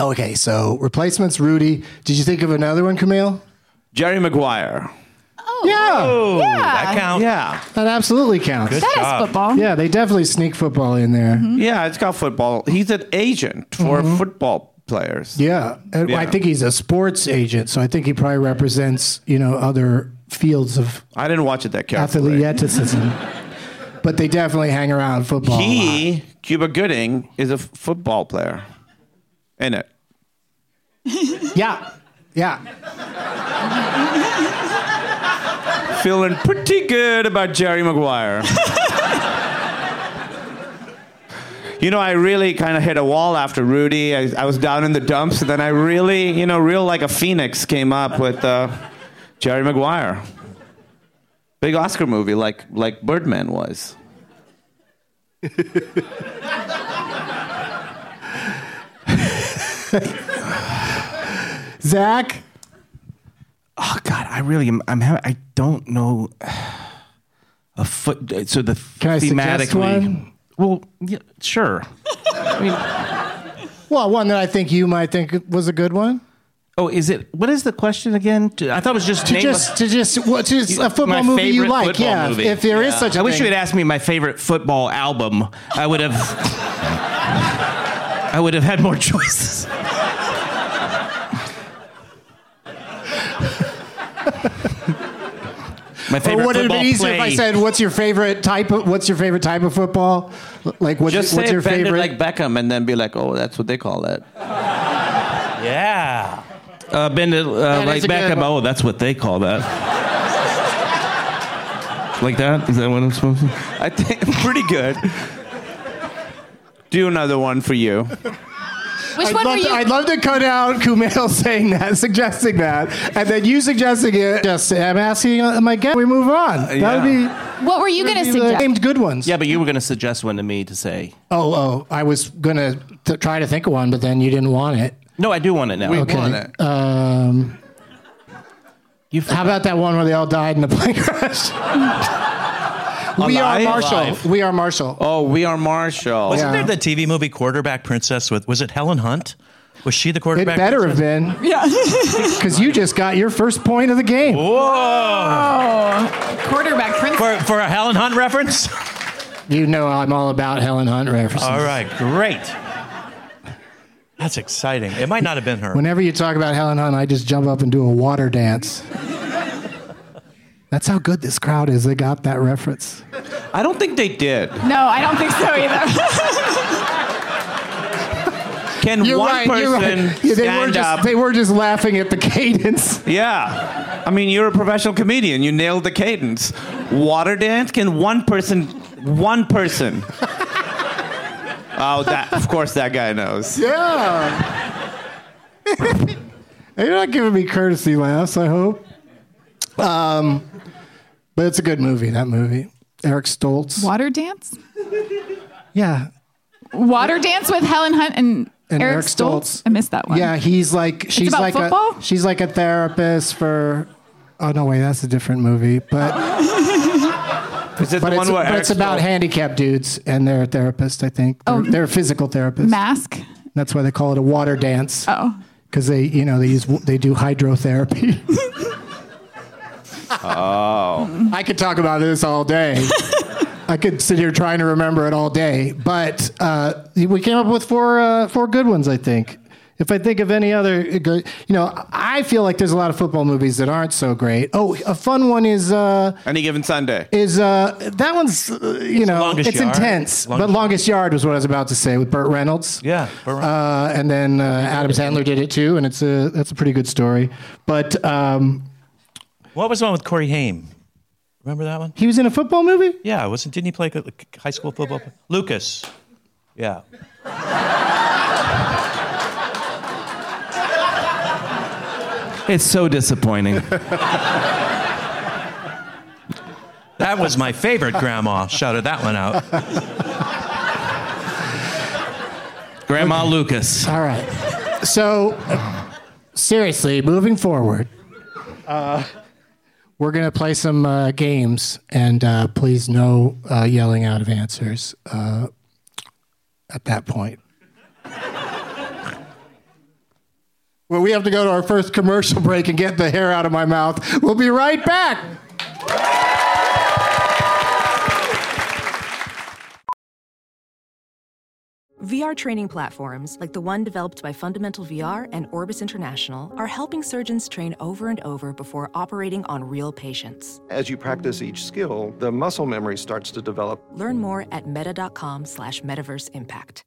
Speaker 9: Okay, so replacements, Rudy. Did you think of another one, Camille? Oh.
Speaker 5: Jerry Maguire.
Speaker 9: yeah.
Speaker 7: that counts.
Speaker 5: Yeah.
Speaker 2: That absolutely counts.
Speaker 5: Good That is job. football.
Speaker 2: Yeah, they definitely sneak football in there.
Speaker 5: Yeah, it's got football. He's an agent for
Speaker 2: Mhm.
Speaker 5: football players.
Speaker 2: Yeah. And I
Speaker 5: Yeah.
Speaker 2: think he's a sports agent, so I think he probably represents, you know, other fields of
Speaker 5: I didn't watch it that carefully.
Speaker 2: athleticism. but they definitely hang around football. a lot.
Speaker 5: He, Cuba Gooding, is a f- football player in it.
Speaker 2: yeah. Yeah.
Speaker 5: Feeling pretty good about Jerry Maguire. you know, I really kind of hit a wall after Rudy. I, I was down in the dumps, and then I really, you know, real like a phoenix came up with uh, Jerry Maguire. Big Oscar movie, like like Birdman was.
Speaker 2: Zach?
Speaker 4: Oh God, I really am. I'm. Having, I don't know a foot. So the
Speaker 2: Can I
Speaker 4: thematically.
Speaker 2: suggest one?
Speaker 4: Well, yeah, sure.
Speaker 2: Well, one that I think you might think was a good one.
Speaker 4: Oh, is it? What is the question again? To- I thought it was just
Speaker 2: To
Speaker 4: name
Speaker 2: just,
Speaker 4: a-
Speaker 2: to just, what, to just a
Speaker 4: My
Speaker 2: football movie you
Speaker 4: favorite
Speaker 2: like.
Speaker 4: football
Speaker 2: Yeah.
Speaker 4: movie.
Speaker 2: If there is
Speaker 4: Yeah.
Speaker 2: such a
Speaker 4: I wish
Speaker 2: thing.
Speaker 4: you had asked me my favorite football album. I would have. I would have had more choices. my favorite
Speaker 2: or would it have
Speaker 4: football
Speaker 2: been easier
Speaker 4: play.
Speaker 2: if I said, "What's your favorite type of What's your favorite type of football? Like what's,
Speaker 5: Just
Speaker 2: what's
Speaker 5: say
Speaker 2: your
Speaker 5: bend
Speaker 2: favorite?"
Speaker 5: it like Beckham, and then be like, "Oh, that's what they call it."
Speaker 7: Yeah.
Speaker 4: uh, bend it uh,
Speaker 2: is
Speaker 4: like
Speaker 2: a good
Speaker 4: Beckham.
Speaker 2: one.
Speaker 4: Oh, that's what they call that. like that? Is that what I'm supposed to?
Speaker 5: I think pretty good. Do another one for you.
Speaker 10: Which
Speaker 2: I'd
Speaker 10: one
Speaker 2: love,
Speaker 10: were you?
Speaker 2: to, I'd love to cut out Kumail saying that, suggesting that, and then you suggesting it. Just I'm asking uh, my guest. We move on. That would
Speaker 10: what were you
Speaker 2: be,
Speaker 10: going to
Speaker 2: be the
Speaker 10: suggest?
Speaker 2: named good ones.
Speaker 4: Yeah, but you were going to suggest one to me to say.
Speaker 2: Oh, oh, I was gonna t- try to think of one, but then you didn't want it.
Speaker 4: No, I do want it now.
Speaker 2: Okay.
Speaker 5: want it.
Speaker 2: Um,
Speaker 4: You
Speaker 2: how about that one where they all died in the plane crash? we are
Speaker 5: Alive?
Speaker 2: Marshall.
Speaker 5: Alive.
Speaker 2: We are Marshall.
Speaker 5: Oh, we are Marshall.
Speaker 2: Yeah.
Speaker 7: Wasn't there the TV movie Quarterback Princess with was it Helen Hunt? Was she the
Speaker 2: it
Speaker 7: quarterback?
Speaker 2: better have
Speaker 7: princess?
Speaker 2: been
Speaker 3: Yeah.
Speaker 2: because you just got your first point of the game.
Speaker 4: Oh.
Speaker 7: Whoa!
Speaker 3: oh, quarterback prince.
Speaker 7: For for a Helen Hunt reference?
Speaker 2: You know I'm all about Helen Hunt references.
Speaker 7: All right, great. That's exciting. It might not have been her.
Speaker 2: Whenever you talk about Helen Hunt, I just jump up and do a water dance. That's how good this crowd is. They got that reference.
Speaker 5: I don't think they did.
Speaker 3: No, I don't think so either.
Speaker 5: Can one person
Speaker 2: Yeah, they, were
Speaker 5: stand
Speaker 2: just,
Speaker 5: up?
Speaker 2: they were just laughing at the cadence.
Speaker 5: yeah. I mean, you're a professional comedian. You nailed the cadence. Water dance. Can one person? One person. oh, that. Of course, that guy knows.
Speaker 2: Yeah. You're not giving me courtesy laughs, I hope. Um, but it's a good movie, that movie. Eric Stoltz.
Speaker 3: Water dance?
Speaker 2: Yeah.
Speaker 3: Water dance with Helen Hunt and,
Speaker 2: And
Speaker 3: Eric,
Speaker 2: Eric
Speaker 3: Stoltz.
Speaker 2: Stoltz.
Speaker 3: I missed that one.
Speaker 2: Yeah, he's like she's
Speaker 3: about
Speaker 2: like
Speaker 3: football?
Speaker 2: a she's like a therapist for Oh no, wait, that's a different movie. But
Speaker 5: Is it
Speaker 2: but
Speaker 5: the
Speaker 2: it's,
Speaker 5: one where
Speaker 2: but it's
Speaker 5: Eric
Speaker 2: about
Speaker 5: Stoltz-
Speaker 2: handicapped dudes and they're a therapist, I think. They're, they're physical therapists.
Speaker 3: Mask.
Speaker 2: That's why they call it a water dance.
Speaker 3: Oh.
Speaker 2: Because they, you know, they use they do hydrotherapy. oh, I could talk about this all day. I could sit here trying to remember it all day, but uh, we came up with four uh, four good ones, I think. If I think of any other, uh, you know, I feel like there's a lot of football movies that aren't so great. Oh, a fun one is. Uh,
Speaker 5: Any given Sunday.
Speaker 2: is uh that one's uh, you know
Speaker 7: Longest
Speaker 2: it's
Speaker 7: Yard.
Speaker 2: intense
Speaker 7: Longest-
Speaker 2: but longest yard was what I was about to say with Burt Reynolds
Speaker 7: Yeah, Burt Reynolds.
Speaker 2: uh, and then uh, Adam Sandler did it too and it's a that's a pretty good story but um
Speaker 7: what was the one with Corey Haim? Remember that one?
Speaker 2: he was in a football movie
Speaker 7: Yeah, wasn't didn't he play c- c- high school football? pl- Lucas. Yeah.
Speaker 4: It's so disappointing.
Speaker 7: That was my favorite grandma. Shouted that one out.
Speaker 4: Grandma Lucas.
Speaker 2: all right so seriously moving forward uh we're gonna play some uh, games and uh, please no uh, yelling out of answers uh, at that point Well, we have to go to our first commercial break and get the hair out of my mouth. We'll be right back.
Speaker 11: VR training platforms, like the one developed by Fundamental VR and Orbis International, are helping surgeons train over and over before operating on real patients.
Speaker 12: As you practice each skill, the muscle memory starts to develop.
Speaker 11: Learn more at meta.com slash metaverse impact.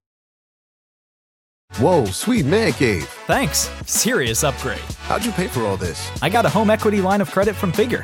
Speaker 13: Whoa, sweet man cave.
Speaker 7: Thanks. Serious upgrade.
Speaker 13: How'd you pay for all this?
Speaker 7: I got a home equity line of credit from Figure.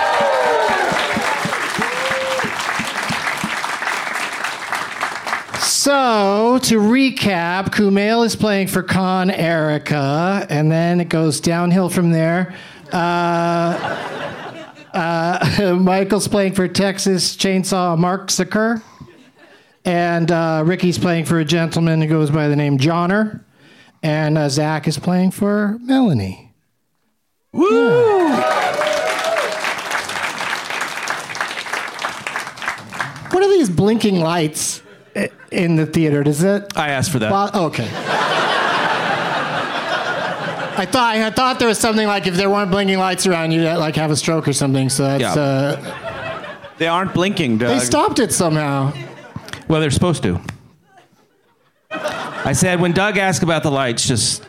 Speaker 2: So, to recap, Kumail is playing for Con Erica, and then it goes downhill from there. Uh, uh, Michael's playing for Texas Chainsaw Mark Zucker, and uh, Ricky's playing for a gentleman who goes by the name Johnner, and uh, Zach is playing for Melanie.
Speaker 14: Woo!
Speaker 2: What are these blinking lights i- in the theater? Does that?
Speaker 5: I asked for that.
Speaker 2: Bo- oh, okay. I thought I thought there was something like if there weren't blinking lights around, you'd uh, like have a stroke or something. So that's.
Speaker 5: Yeah.
Speaker 2: Uh,
Speaker 5: They aren't blinking, Doug.
Speaker 2: they stopped it somehow.
Speaker 5: Well, they're supposed to. I said when Doug asked about the lights, just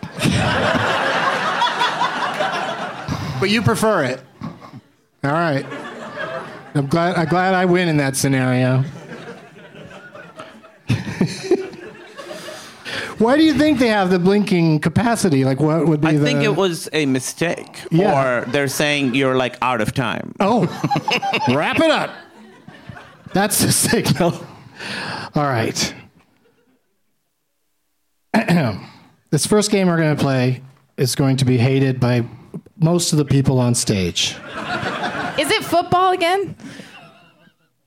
Speaker 2: But you prefer it. All right. I'm glad. I'm glad I win in that scenario. Why do you think they have the blinking capacity? Like, what would be
Speaker 5: I
Speaker 2: the?
Speaker 5: think it was a mistake,
Speaker 2: Yeah.
Speaker 5: or they're saying you're like out of time.
Speaker 2: Oh, wrap it up. That's the signal. All right. this first game we're going to play is going to be hated by most of the people on stage.
Speaker 3: Is it football again?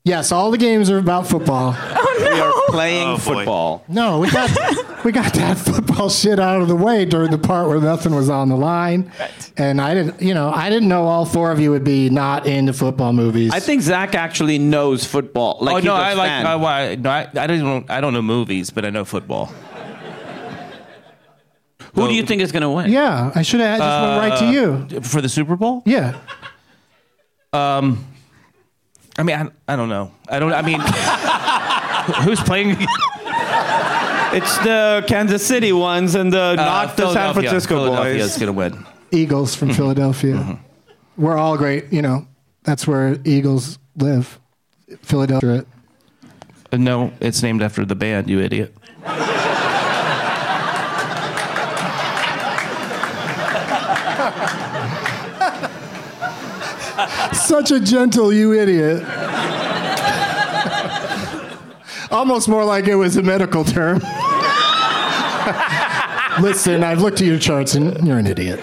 Speaker 2: Yes, all the games are about football.
Speaker 5: We are
Speaker 2: Oh,
Speaker 5: playing football.
Speaker 2: No, we got we got that football shit out of the way during the part where nothing was on the line, and I didn't, you know, I didn't know all four of you would be not into football movies.
Speaker 5: I think Zach actually knows football. Like
Speaker 2: Oh,
Speaker 5: he's
Speaker 2: no,
Speaker 5: a
Speaker 2: I like-
Speaker 5: fan.
Speaker 2: I
Speaker 5: why, no, I, I don't.
Speaker 4: I don't know movies, but I know football.
Speaker 5: Who do you think is going to win?
Speaker 2: yeah, I should have just went
Speaker 5: Uh,
Speaker 2: right to you.
Speaker 4: for the Super Bowl.
Speaker 2: Yeah,
Speaker 4: Um, I mean, I, I don't know. I don't. I mean, who's playing?
Speaker 5: It's the Kansas City ones and the
Speaker 4: uh,
Speaker 5: not the San
Speaker 4: Philadelphia.
Speaker 5: Francisco
Speaker 4: Philadelphia
Speaker 5: boys.
Speaker 4: is gonna win.
Speaker 2: Eagles from Philadelphia. We're all great, you know. That's where Eagles live, Philadelphia.
Speaker 4: Uh, No, it's named after the band. You idiot.
Speaker 2: Such a gentle you idiot. Almost more like it was a medical term. Listen, I've looked at your charts and you're an idiot.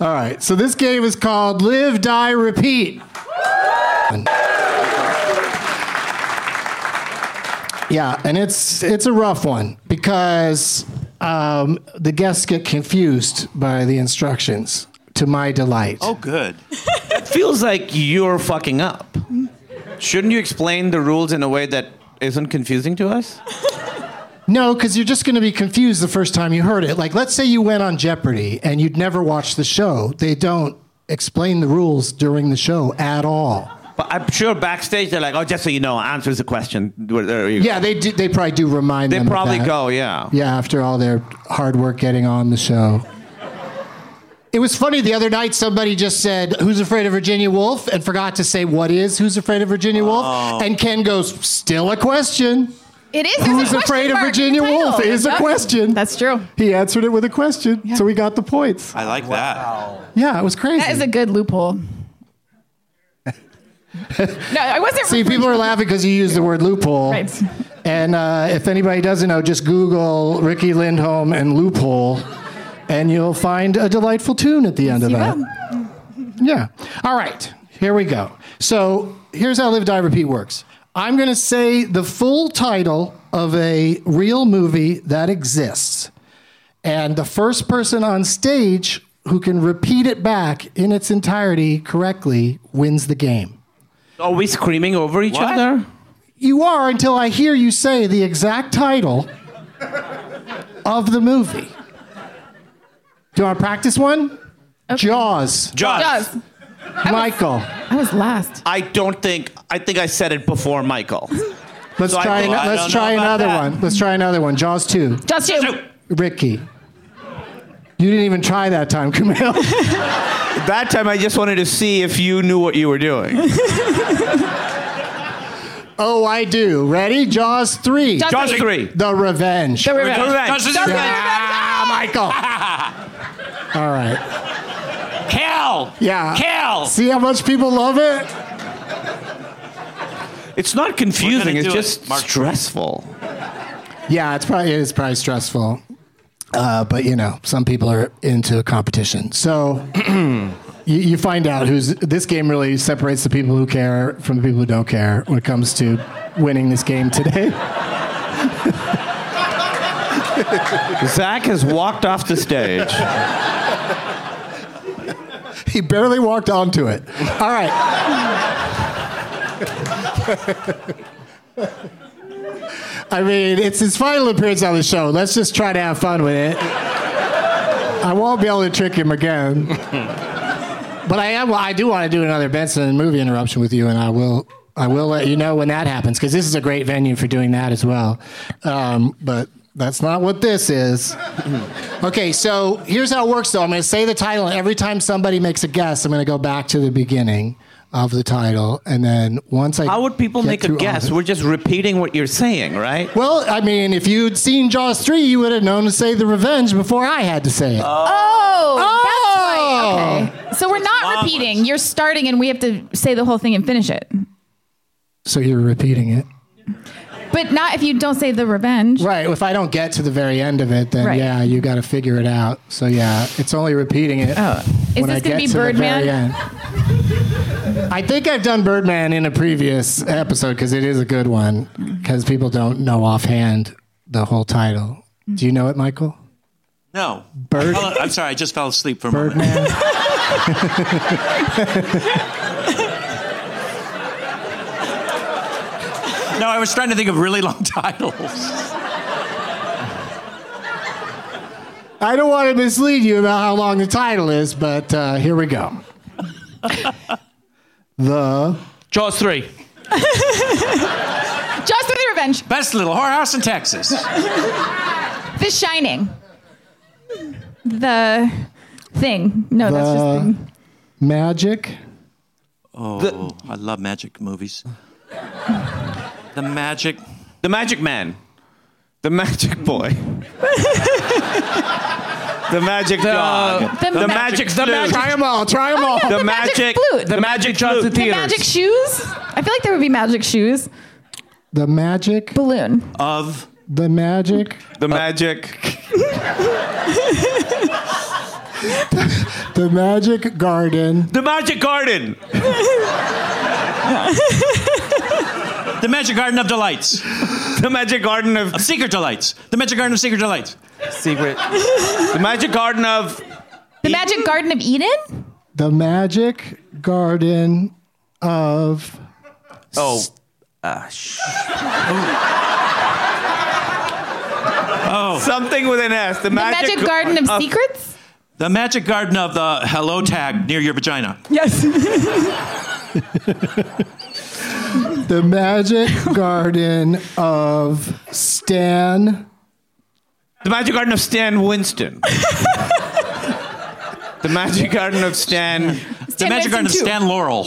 Speaker 2: All right, so this game is called Live, Die, Repeat. Yeah, and it's it's a rough one because um, the guests get confused by the instructions. To my delight.
Speaker 5: Oh, good. it feels like you're fucking up. Shouldn't you explain the rules in a way that isn't confusing to us?
Speaker 2: No, because you're just going to be confused the first time you heard it. Like, let's say you went on Jeopardy and you'd never watched the show. They don't explain the rules during the show at all.
Speaker 5: But I'm sure backstage they're like, "Oh, just so you know, answers the question." Where- there you go.
Speaker 2: Yeah, they do, they probably do remind
Speaker 5: They
Speaker 2: them. of
Speaker 5: probably
Speaker 2: that.
Speaker 5: go, yeah.
Speaker 2: Yeah, after all their hard work getting on the show. It was funny the other night. Somebody just said, "Who's afraid of Virginia Woolf?" and forgot to say what is "Who's afraid of Virginia Woolf?"
Speaker 5: Oh.
Speaker 2: And Ken goes, "Still a question."
Speaker 3: It is. there's a
Speaker 2: Who's
Speaker 3: question
Speaker 2: afraid of
Speaker 3: mark in
Speaker 2: Virginia
Speaker 3: the
Speaker 2: Woolf?
Speaker 3: title.
Speaker 2: Is a
Speaker 3: Yep.
Speaker 2: question. That's
Speaker 3: true.
Speaker 2: He answered it with a question, so we got the points.
Speaker 5: I like
Speaker 2: Yeah, it was crazy.
Speaker 3: That is a good loophole. no, I wasn't.
Speaker 2: See, people are laughing because you used the word loophole.
Speaker 3: Right.
Speaker 2: And uh, if anybody doesn't know, just Google Ricky Lindholm and loophole, and you'll find a delightful tune at the end of that. Yeah. All right. Here we go. So here's how Live Die Repeat works. I'm going to say the full title of a real movie that exists, and the first person on stage who can repeat it back in its entirety correctly wins the game.
Speaker 5: Are we screaming over each other?
Speaker 2: You are until I hear you say the exact title of the movie. Do you want to practice one? Jaws.
Speaker 5: Jaws. Jaws.
Speaker 2: Michael.
Speaker 5: I
Speaker 3: was last.
Speaker 5: I don't think. I think I said it before Michael.
Speaker 2: Let's
Speaker 5: So I
Speaker 2: try.
Speaker 5: think-
Speaker 2: an-
Speaker 5: I
Speaker 2: let's
Speaker 5: don't
Speaker 2: try
Speaker 5: know about
Speaker 2: another
Speaker 5: that.
Speaker 2: one. Let's try another one. Jaws two.
Speaker 3: Jaws two.
Speaker 2: Ricky. You didn't even try that time, Camille.
Speaker 5: That time I just wanted to see if you knew what you were doing.
Speaker 2: oh, I do. Ready? Jaws three.
Speaker 5: Jaws Jaws three. three.
Speaker 2: The revenge.
Speaker 5: The Revenge. The Revenge. Jaws the Revenge.
Speaker 2: Ah, Michael. All right.
Speaker 5: Hell.
Speaker 2: Yeah.
Speaker 5: Kill.
Speaker 2: See how much people love it.
Speaker 5: It's not confusing. It's
Speaker 2: do it,
Speaker 5: just stressful.
Speaker 2: Yeah, it's probably it's probably stressful, uh, but you know, some people are into competition, so you, you find out who's. This game really separates the people who care from the people who don't care when it comes to winning this game today.
Speaker 5: Zach has walked off the stage.
Speaker 2: he barely walked onto it. All right. I mean, it's his final appearance on the show. Let's just try to have fun with it. I won't be able to trick him again. But I am. I do want to do another Benson movie interruption with you, and I will. I will let you know when that happens because this is a great venue for doing that as well. Um, but that's not what this is. okay, so here's how it works. Though I'm going to say the title, and every time somebody makes a guess, I'm going to go back to the beginning of the title, and then once I
Speaker 5: How would people
Speaker 2: get
Speaker 5: make a
Speaker 2: through all of
Speaker 5: guess?
Speaker 2: it-
Speaker 5: We're just repeating what you're saying, right?
Speaker 2: well, I mean, if you'd seen Jaws 3, you would have known to say the revenge before I had to say it.
Speaker 3: Oh, that's right. Okay. So we're not repeating. You're starting, and we have to say the whole thing and finish it.
Speaker 2: So you're repeating it.
Speaker 3: But not if you don't say the revenge.
Speaker 2: Right. If I don't get to the very end of it, then
Speaker 3: Right.
Speaker 2: yeah, you got to figure it out. So yeah, it's only repeating it. Oh.
Speaker 3: Is this gonna be Birdman?
Speaker 2: I think I've done Birdman in a previous episode because it is a good one because people don't know offhand the whole title. Do you know it, Michael?
Speaker 7: No.
Speaker 2: Bird-
Speaker 7: I fell- I'm sorry, I just fell asleep for a
Speaker 2: Birdman.
Speaker 7: moment. No, I was trying to think of really long titles.
Speaker 2: I don't want to mislead you about how long the title is, but uh, here we go. the
Speaker 5: Jaws 3.
Speaker 3: Jaws 3 the revenge.
Speaker 7: Best little whorehouse in Texas.
Speaker 3: The Shining. The thing. No, that's just
Speaker 2: the magic.
Speaker 7: Oh, I love magic movies. The magic.
Speaker 5: The Magic Man. The Magic Boy. the Magic Dog.
Speaker 3: the magic- the magic-
Speaker 2: Try them all. Try them
Speaker 3: Oh,
Speaker 2: all.
Speaker 3: yeah, the magic flute. The
Speaker 5: magic Johnson
Speaker 3: the magic shoes. I feel like there would be magic shoes.
Speaker 2: The magic
Speaker 3: balloon.
Speaker 5: Of
Speaker 2: The magic.
Speaker 3: Uh,
Speaker 5: the magic.
Speaker 2: The magic garden.
Speaker 5: The Magic Garden.
Speaker 7: The Magic Garden of Delights.
Speaker 5: The Magic Garden of,
Speaker 7: Secret Delights. The Magic Garden of Secret Delights.
Speaker 5: Secret. the Magic Garden of
Speaker 3: The Magic Garden of Eden?
Speaker 2: The magic garden of.
Speaker 5: Oh.
Speaker 7: Oh.
Speaker 5: Something with an S. The,
Speaker 3: The Magic, Garden
Speaker 5: uh,
Speaker 3: of Secrets?
Speaker 7: The Magic Garden of the Hello tag near your vagina.
Speaker 3: Yes.
Speaker 2: The magic garden of Stan.
Speaker 5: The Magic Garden of Stan Winston. the Magic Garden of Stan.
Speaker 7: the Magic Garden of Stan Laurel.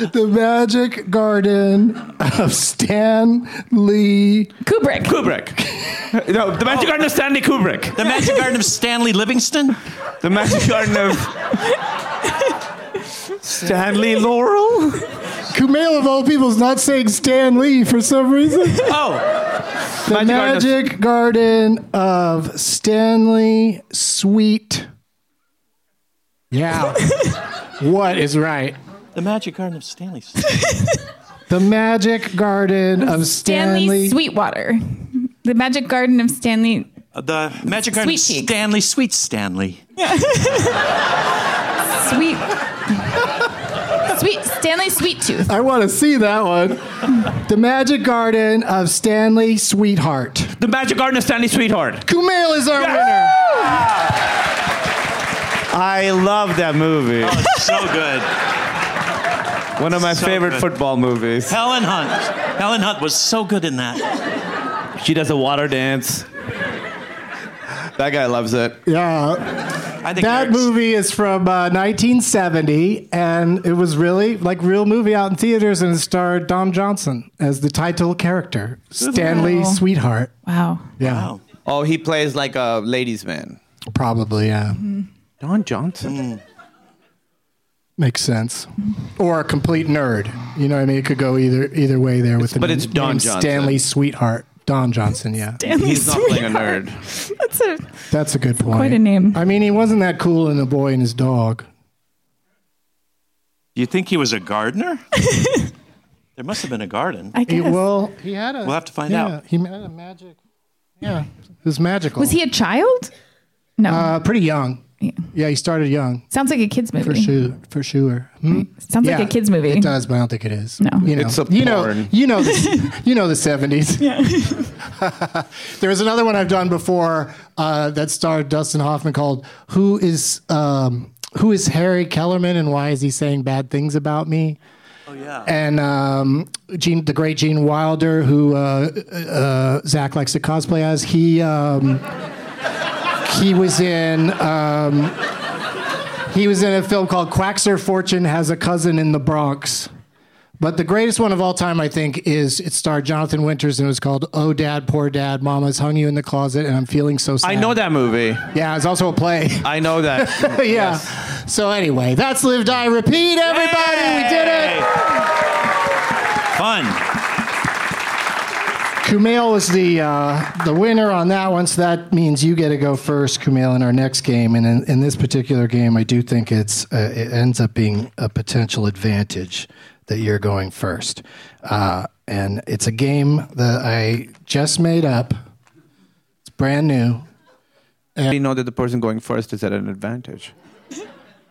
Speaker 2: The magic garden of Stan Lee.
Speaker 3: Kubrick.
Speaker 5: Kubrick. No, the Magic Garden of Stanley Kubrick.
Speaker 7: The Magic Garden of Stanley Livingston.
Speaker 5: The Magic Garden of Stanley Laurel.
Speaker 2: Kumail of all people's not saying Stan Lee for some reason.
Speaker 5: Oh.
Speaker 2: The Magic, Garden. of Stanley Sweet. Yeah. what is right?
Speaker 7: The Magic Garden of Stanley.
Speaker 2: The Magic Garden of
Speaker 3: Stanley,
Speaker 2: Stanley.
Speaker 3: Sweetwater. The Magic Garden of Stanley.
Speaker 7: The Magic Garden of
Speaker 3: Sweet cheek.
Speaker 7: Stanley Sweet Stanley.
Speaker 3: Sweet. Sweet Stanley Sweet Tooth.
Speaker 2: I want to see that one. the Magic Garden of Stanley Sweetheart.
Speaker 5: The Magic Garden of Stanley Sweetheart.
Speaker 2: Kumail is our winner.
Speaker 5: I love that movie.
Speaker 7: Oh, it's so good.
Speaker 5: One of my
Speaker 7: So
Speaker 5: favorite
Speaker 7: good.
Speaker 5: football movies.
Speaker 7: Helen Hunt. Helen Hunt was so good in that.
Speaker 5: She does a water dance. That guy loves it.
Speaker 2: Yeah.
Speaker 7: I think
Speaker 2: that movie is from uh, 1970, and it was really like real movie out in theaters, and it starred Dom Johnson as the title character, Stanley
Speaker 5: Wow.
Speaker 2: Sweetheart.
Speaker 3: Wow.
Speaker 2: Yeah,
Speaker 5: Oh, he plays like a ladies' man.
Speaker 2: probably. Yeah,
Speaker 5: Don Johnson.
Speaker 2: makes sense. Or a complete nerd. You know what I mean? It could go either either way there with the
Speaker 5: but it's Don
Speaker 2: name
Speaker 5: Johnson.
Speaker 2: Stanley Sweetheart. Don Johnson. Yeah,
Speaker 5: He's not playing a nerd.
Speaker 3: That's a
Speaker 2: that's a good point.
Speaker 3: quite a name.
Speaker 2: I mean, he wasn't that cool in The Boy and His Dog.
Speaker 7: You think he was a gardener? there must have been a garden.
Speaker 2: I He- guess. well, he had a.
Speaker 7: We'll have to find
Speaker 2: yeah,
Speaker 7: out.
Speaker 2: He had a magic. Yeah, it was magical.
Speaker 3: Was he a child? No.
Speaker 2: Uh, pretty young. Yeah. he started young.
Speaker 3: Sounds like a kids movie.
Speaker 2: For sure. For sure. Hmm?
Speaker 3: Sounds like a kids movie.
Speaker 2: It does, but I don't think it is.
Speaker 3: No.
Speaker 2: You know,
Speaker 5: It's a
Speaker 2: you know,
Speaker 5: porn.
Speaker 2: you know, the, you know the seventies. Yeah. there was another one I've done before uh, that starred Dustin Hoffman called "Who Is um, Who Is Harry Kellerman and Why Is He Saying Bad Things About Me?" Oh yeah. And um, Gene, the great Gene Wilder, who uh, uh, Zach likes to cosplay as, he um, he was in. Um, he was in a film called Quaxer Fortune Has a Cousin in the Bronx. But the greatest one of all time, I think, is it starred Jonathan Winters and it was called Oh Dad, Poor Dad, Mama's Hung You in the Closet and I'm Feeling So Sad.
Speaker 5: I know that movie.
Speaker 2: Yeah, it's also a play.
Speaker 5: I know that.
Speaker 2: yeah. So anyway, that's Live, Die, Repeat, everybody. We did it.
Speaker 7: Fun.
Speaker 2: Kumail was the uh, the winner on that one, so that means you get to go first, Kumail, in our next game. And in, in this particular game, I do think it's uh, it ends up being a potential advantage that you're going first. Uh, and it's a game that I just made up. It's brand new.
Speaker 5: You know that the person going first is at an advantage.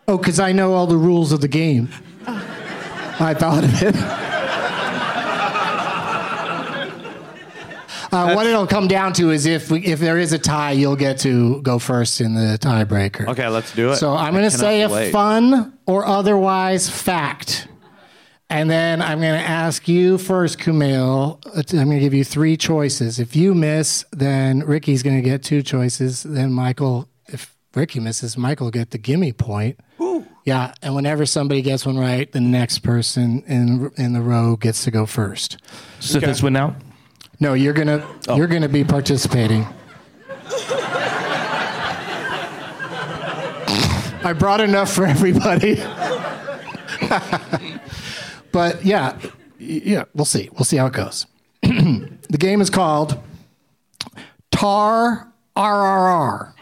Speaker 2: Oh, because I know all the rules of the game. I thought of it. Uh, what it'll come down to is if we, if there is a tie, you'll get to go first in the tiebreaker.
Speaker 5: Okay, let's do it.
Speaker 2: So I'm
Speaker 5: I
Speaker 2: going to
Speaker 5: cannot
Speaker 2: say a
Speaker 5: wait.
Speaker 2: fun or otherwise fact. And then I'm going to ask you first, Kumail. Uh, t- I'm going to give you three choices. If you miss, then Ricky's going to get two choices. Then Michael, if Ricky misses, Michael will get the gimme point. Yeah, and whenever somebody gets one right, the next person in in the row gets to go first.
Speaker 15: So this one out.
Speaker 2: No, you're gonna you're gonna be participating. I brought enough for everybody. but yeah, y- yeah, we'll see. We'll see how it goes. the game is called Tar RRR.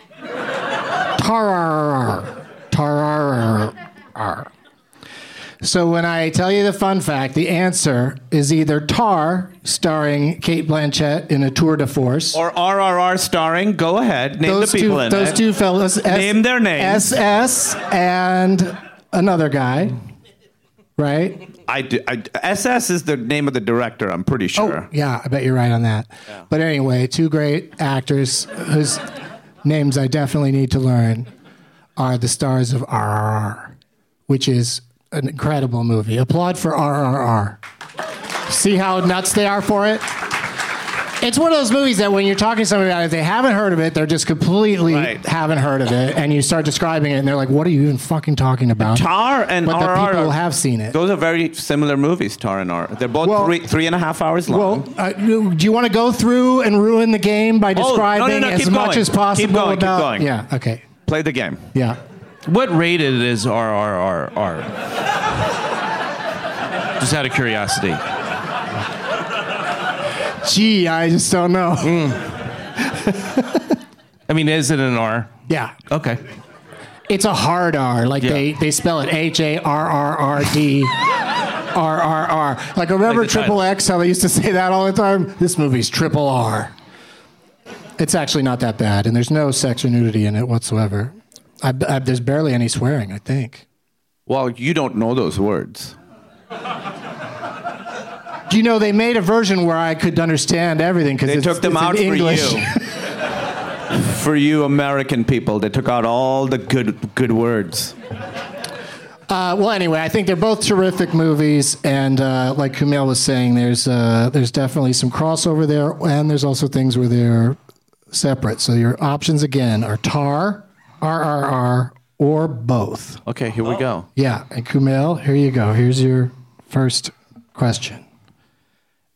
Speaker 2: Tar RRR. Tar RRR. So when I tell you the fun fact, the answer is either Tar, starring Kate Blanchett in a tour de force,
Speaker 5: Or RRR starring, go ahead, name
Speaker 2: those
Speaker 5: the people
Speaker 2: two,
Speaker 5: in
Speaker 2: those
Speaker 5: it.
Speaker 2: two fellas. S-
Speaker 5: Name their names.
Speaker 2: SS and another guy, right?
Speaker 5: I do, I, SS is the name of the director, I'm pretty sure.
Speaker 2: Oh, Yeah, I bet you're right on that. But anyway, two great actors whose names I definitely need to learn are the stars of RRR, which is an incredible movie. Applaud for RRR. See how nuts they are for it? It's one of those movies that when you're talking to somebody about it, if they haven't heard of it, they're just completely haven't heard of it, and you start describing it, and they're like, "What are you even fucking talking about?"
Speaker 5: Tar and
Speaker 2: but
Speaker 5: RRR.
Speaker 2: the people have seen it.
Speaker 5: Those are very similar movies, Tar and R. They're both three, three and a half hours long.
Speaker 2: Well, uh, do you want to go through and ruin the game by
Speaker 5: Oh, no, no,
Speaker 2: describing
Speaker 5: no,
Speaker 2: as
Speaker 5: keep
Speaker 2: much
Speaker 5: going.
Speaker 2: as possible
Speaker 5: Keep going, keep
Speaker 2: about?
Speaker 5: going.
Speaker 2: Yeah. Okay.
Speaker 5: Play the game.
Speaker 2: Yeah.
Speaker 15: What rated is RRRR? Just out of curiosity.
Speaker 2: Gee, I just don't know.
Speaker 5: Mm.
Speaker 15: I mean, is it an R?
Speaker 2: Yeah.
Speaker 15: Okay.
Speaker 2: It's a hard R. Like
Speaker 15: Yeah.
Speaker 2: they, they spell it H A R R R D R R R. Like remember
Speaker 15: Like the
Speaker 2: Triple
Speaker 15: title.
Speaker 2: X? How they used to say that all the time. This movie's Triple R. It's actually not that bad, and there's no sex or nudity in it whatsoever. I, I, there's barely any swearing, I think.
Speaker 5: Well, you don't know those words.
Speaker 2: You know, they made a version where I could understand everything because
Speaker 5: They
Speaker 2: it's,
Speaker 5: took them
Speaker 2: it's in
Speaker 5: out for
Speaker 2: English.
Speaker 5: you. For you American people, they took out all the good good words.
Speaker 2: Uh, well, anyway, I think they're both terrific movies, and uh, like Kumail was saying, there's uh, there's definitely some crossover there, and there's also things where they're separate. So your options again are Tar, RRR, or both.
Speaker 5: Okay, here we go.
Speaker 2: Yeah, and Kumail, here you go. Here's your first question.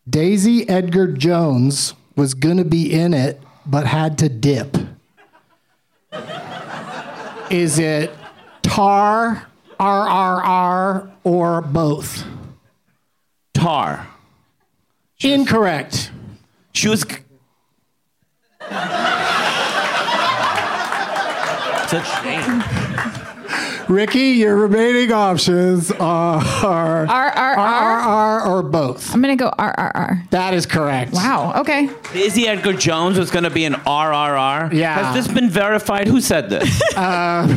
Speaker 2: Daisy Edgar Jones was gonna be in it, but had to dip. Is it Tar, RRR, or both?
Speaker 5: Tar.
Speaker 2: Incorrect.
Speaker 5: She was.
Speaker 2: Ricky, your remaining options are
Speaker 3: R R R
Speaker 2: R or both.
Speaker 3: I'm gonna go R R R.
Speaker 2: That is correct.
Speaker 3: Wow. Okay.
Speaker 5: Daisy Edgar Jones was going to be an RRR.
Speaker 2: Yeah.
Speaker 5: Has this been verified? Who said this?
Speaker 2: Uh,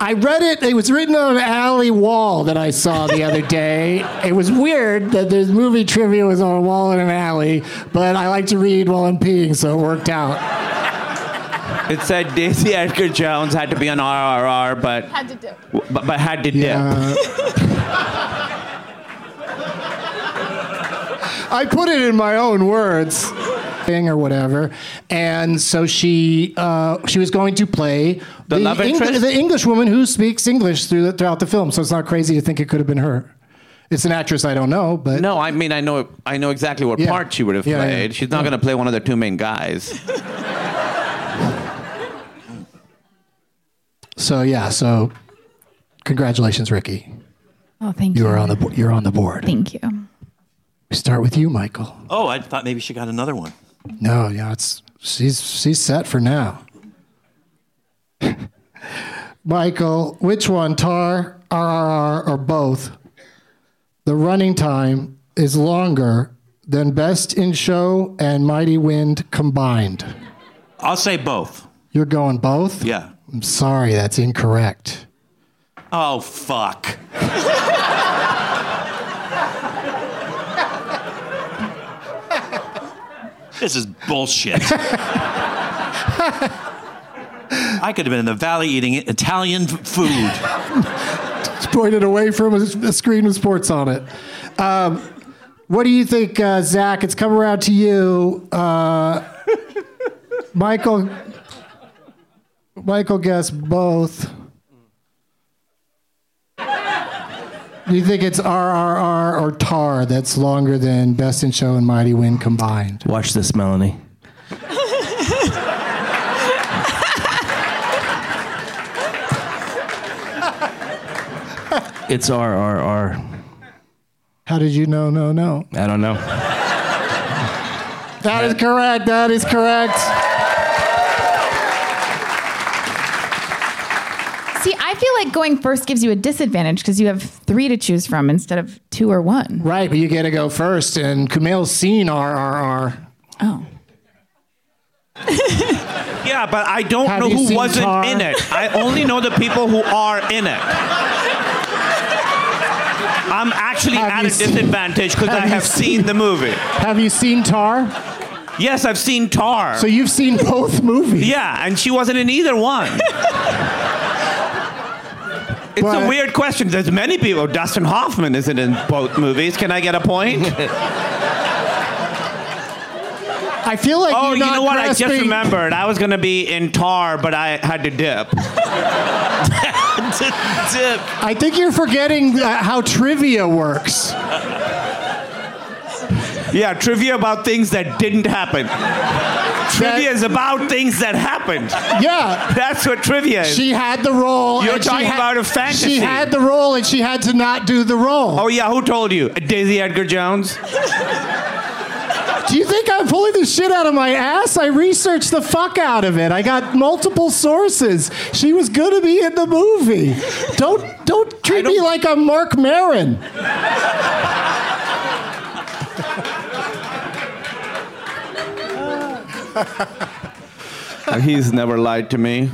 Speaker 2: I read it. It was written on an alley wall that I saw the other day. It was weird that this movie trivia was on a wall in an alley, but I like to read while I'm peeing, so it worked out.
Speaker 5: it said Daisy Edgar Jones had to be an RRR, but
Speaker 3: Had to dip.
Speaker 5: w- but, but had to
Speaker 2: Yeah. I put it in my own words, thing or whatever, and so she uh, she was going to play
Speaker 5: The love interest?
Speaker 2: the English woman who speaks English through the, throughout the film. So it's not crazy to think it could have been her. It's an actress I don't know, but
Speaker 5: dip. No, I mean I know I know exactly what
Speaker 2: Yeah.
Speaker 5: part she would have
Speaker 2: Yeah, yeah,
Speaker 5: played. She's not going to play one of the two main guys.
Speaker 2: So yeah, so congratulations, Ricky.
Speaker 3: Oh, thank you.
Speaker 2: You are on the bo- you're on the board.
Speaker 3: Thank you.
Speaker 2: We start with you, Michael.
Speaker 7: Oh, I thought maybe she got another one.
Speaker 2: No, yeah, it's she's she's set for now. Michael, which one, tar, RRR, or both? The running time is longer than Best in Show and Mighty Wind combined.
Speaker 7: I'll say both.
Speaker 2: You're going both?
Speaker 7: Yeah.
Speaker 2: I'm sorry, that's incorrect.
Speaker 7: Oh, fuck. this is bullshit. I could have been in the valley eating Italian f- food.
Speaker 2: It's pointed away from a, a screen with sports on it. Um, what do you think, uh, Zach? It's come around to you. Uh, Michael, Michael guessed both. Do you think it's RRR or TAR that's longer than Best in Show and Mighty Wind combined?
Speaker 15: Watch this, Melanie. It's RRR.
Speaker 2: How did you know? No, no.
Speaker 15: I don't know.
Speaker 2: That is correct. That is correct.
Speaker 3: See, I feel like going first gives you a disadvantage because you have three to choose from instead of two or one.
Speaker 2: Right, but you get to go first, and Kumail's seen RRR.
Speaker 3: Oh.
Speaker 6: Yeah, but I don't
Speaker 2: Have
Speaker 6: know
Speaker 2: you
Speaker 6: who
Speaker 2: seen
Speaker 6: wasn't
Speaker 2: Tar?
Speaker 6: in it. I only know the people who are in it.
Speaker 5: I'm actually
Speaker 6: Have
Speaker 5: at
Speaker 6: you
Speaker 5: a
Speaker 6: seen-
Speaker 5: disadvantage because
Speaker 6: have
Speaker 5: I
Speaker 6: you
Speaker 5: have
Speaker 6: seen-
Speaker 5: seen the movie.
Speaker 2: Have you seen Tar?
Speaker 5: Yes, I've seen Tar.
Speaker 2: So you've seen both movies.
Speaker 5: Yeah, and she wasn't in either one. It's
Speaker 2: But-
Speaker 5: a weird question. There's many people. Dustin Hoffman isn't in both movies. Can I get a point?
Speaker 2: I feel like
Speaker 5: oh,
Speaker 2: you're
Speaker 5: you
Speaker 2: not
Speaker 5: know what? I just
Speaker 2: grasping-
Speaker 5: remembered. I was going to be in Tar, but I had to dip. dip.
Speaker 2: I think you're forgetting uh, how trivia works.
Speaker 5: Yeah, trivia about things that didn't happen. trivia is about things that happened.
Speaker 2: Yeah.
Speaker 5: That's what trivia is.
Speaker 2: She had the role.
Speaker 5: You're
Speaker 2: and she
Speaker 5: talking
Speaker 2: had-
Speaker 5: about a fantasy.
Speaker 2: She had the role, and she had to not do the role.
Speaker 5: Oh yeah, who told you? Daisy Edgar Jones.
Speaker 2: Do you think I'm pulling this shit out of my ass? I researched the fuck out of it. I got multiple sources. She was gonna be in the movie. Don't don't treat me like I'm Mark Maron.
Speaker 5: Uh, He's never lied to me.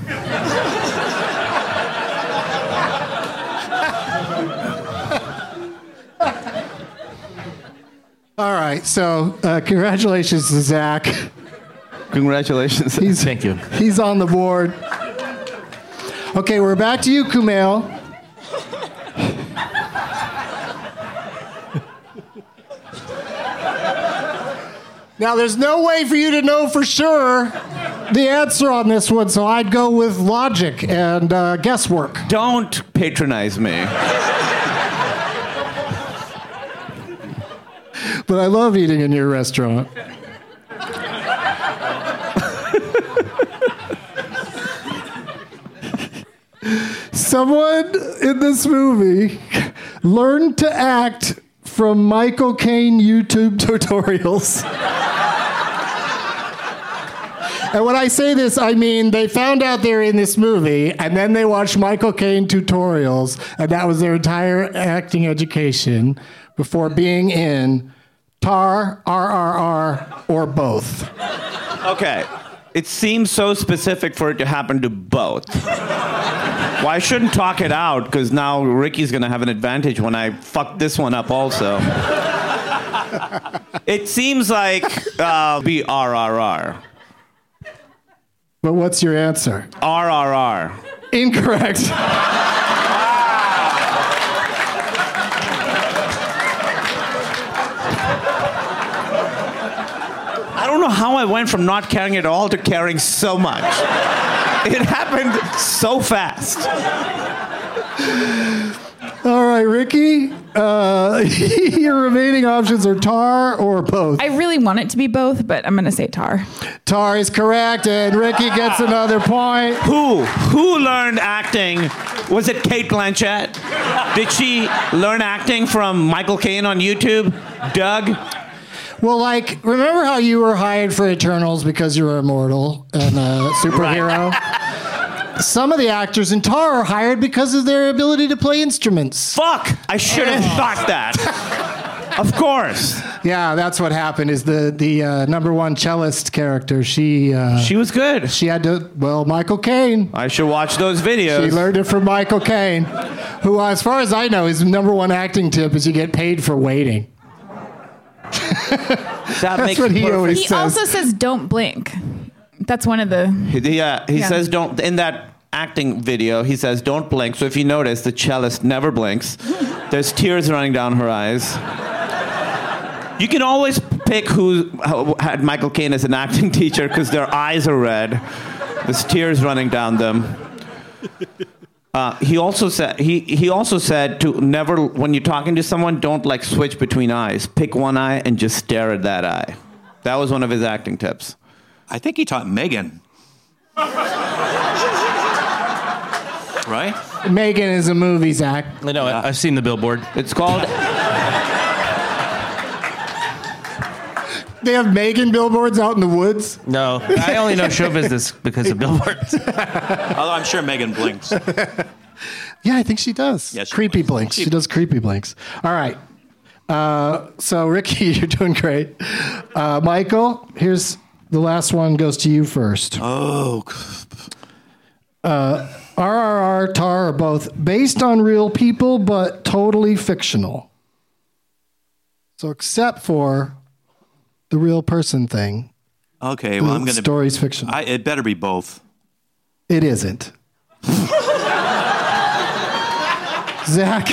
Speaker 2: All right, so uh, congratulations to Zach.
Speaker 5: Congratulations.
Speaker 15: Thank you.
Speaker 2: He's on the board. Okay, we're back to you, Kumail. Now, there's no way for you to know for sure the answer on this one, so I'd go with logic and uh, guesswork.
Speaker 5: Don't patronize me.
Speaker 2: But I love eating in your restaurant. Someone in this movie learned to act from Michael Caine YouTube tutorials. And when I say this, I mean they found out they're in this movie, and then they watched Michael Caine tutorials, and that was their entire acting education before being in Tar, RRR, or both.
Speaker 5: Okay. It seems so specific for it to happen to both. Well, I shouldn't talk it out because now Ricky's going to have an advantage when I fuck this one up also. it seems like uh, BRRR.
Speaker 2: But what's your answer?
Speaker 5: RRR.
Speaker 2: Incorrect.
Speaker 5: I don't know how I went from not caring at all to caring so much. it happened so fast.
Speaker 2: All right, Ricky, uh, your remaining options are Tar or both.
Speaker 3: I really want it to be both, but I'm gonna say tar.
Speaker 2: Tar is correct, and Ricky gets another point.
Speaker 5: Who? Who learned acting? Was it Kate Blanchett? Did she learn acting from Michael Caine on YouTube? Doug?
Speaker 2: Well, like, remember how you were hired for Eternals because you were immortal and a superhero? Some of the actors in Tar are hired because of their ability to play instruments.
Speaker 5: Fuck! I should have thought that. of course.
Speaker 2: Yeah, that's what happened. Is the the uh, number one cellist character? She uh,
Speaker 5: she was good.
Speaker 2: She had to. Well, Michael Caine.
Speaker 5: I should watch those videos.
Speaker 2: She learned it from Michael Caine, who, uh, as far as I know, his number one acting tip is you get paid for waiting.
Speaker 5: That
Speaker 2: That's
Speaker 5: makes
Speaker 2: what he
Speaker 5: perfect-
Speaker 2: always
Speaker 3: He also says don't blink. That's one of the.
Speaker 5: He- Yeah, he
Speaker 3: Yeah.
Speaker 5: says don't in that acting video. He says don't blink. So if you notice, the cellist never blinks. There's tears running down her eyes. You can always pick who how- had Michael Caine as an acting teacher because their eyes are red. There's tears running down them. Uh, he also said he, he also said to never when you're talking to someone don't like switch between eyes. Pick one eye and just stare at that eye. That was one of his acting tips.
Speaker 7: I think he taught Megan.
Speaker 15: Right?
Speaker 2: Megan is a movie, Zach.
Speaker 15: No, I, I've seen the billboard.
Speaker 5: It's called.
Speaker 2: They have Megan billboards out in the woods.
Speaker 15: No, I only know show business because of billboards.
Speaker 7: Although I'm sure Megan blinks.
Speaker 2: Yeah, I think she does. creepy blinks. She does creepy blinks. All right. Uh, so Ricky, you're doing great. Uh, Michael, here's the last one. Goes to you first.
Speaker 7: Oh.
Speaker 2: Uh, RRR, Tar are both based on real people, but totally fictional. So except for the real person thing,
Speaker 7: Okay, well,
Speaker 2: The
Speaker 7: I'm going to.
Speaker 2: story's fiction.
Speaker 7: I, it better be both.
Speaker 2: it isn't. Zach,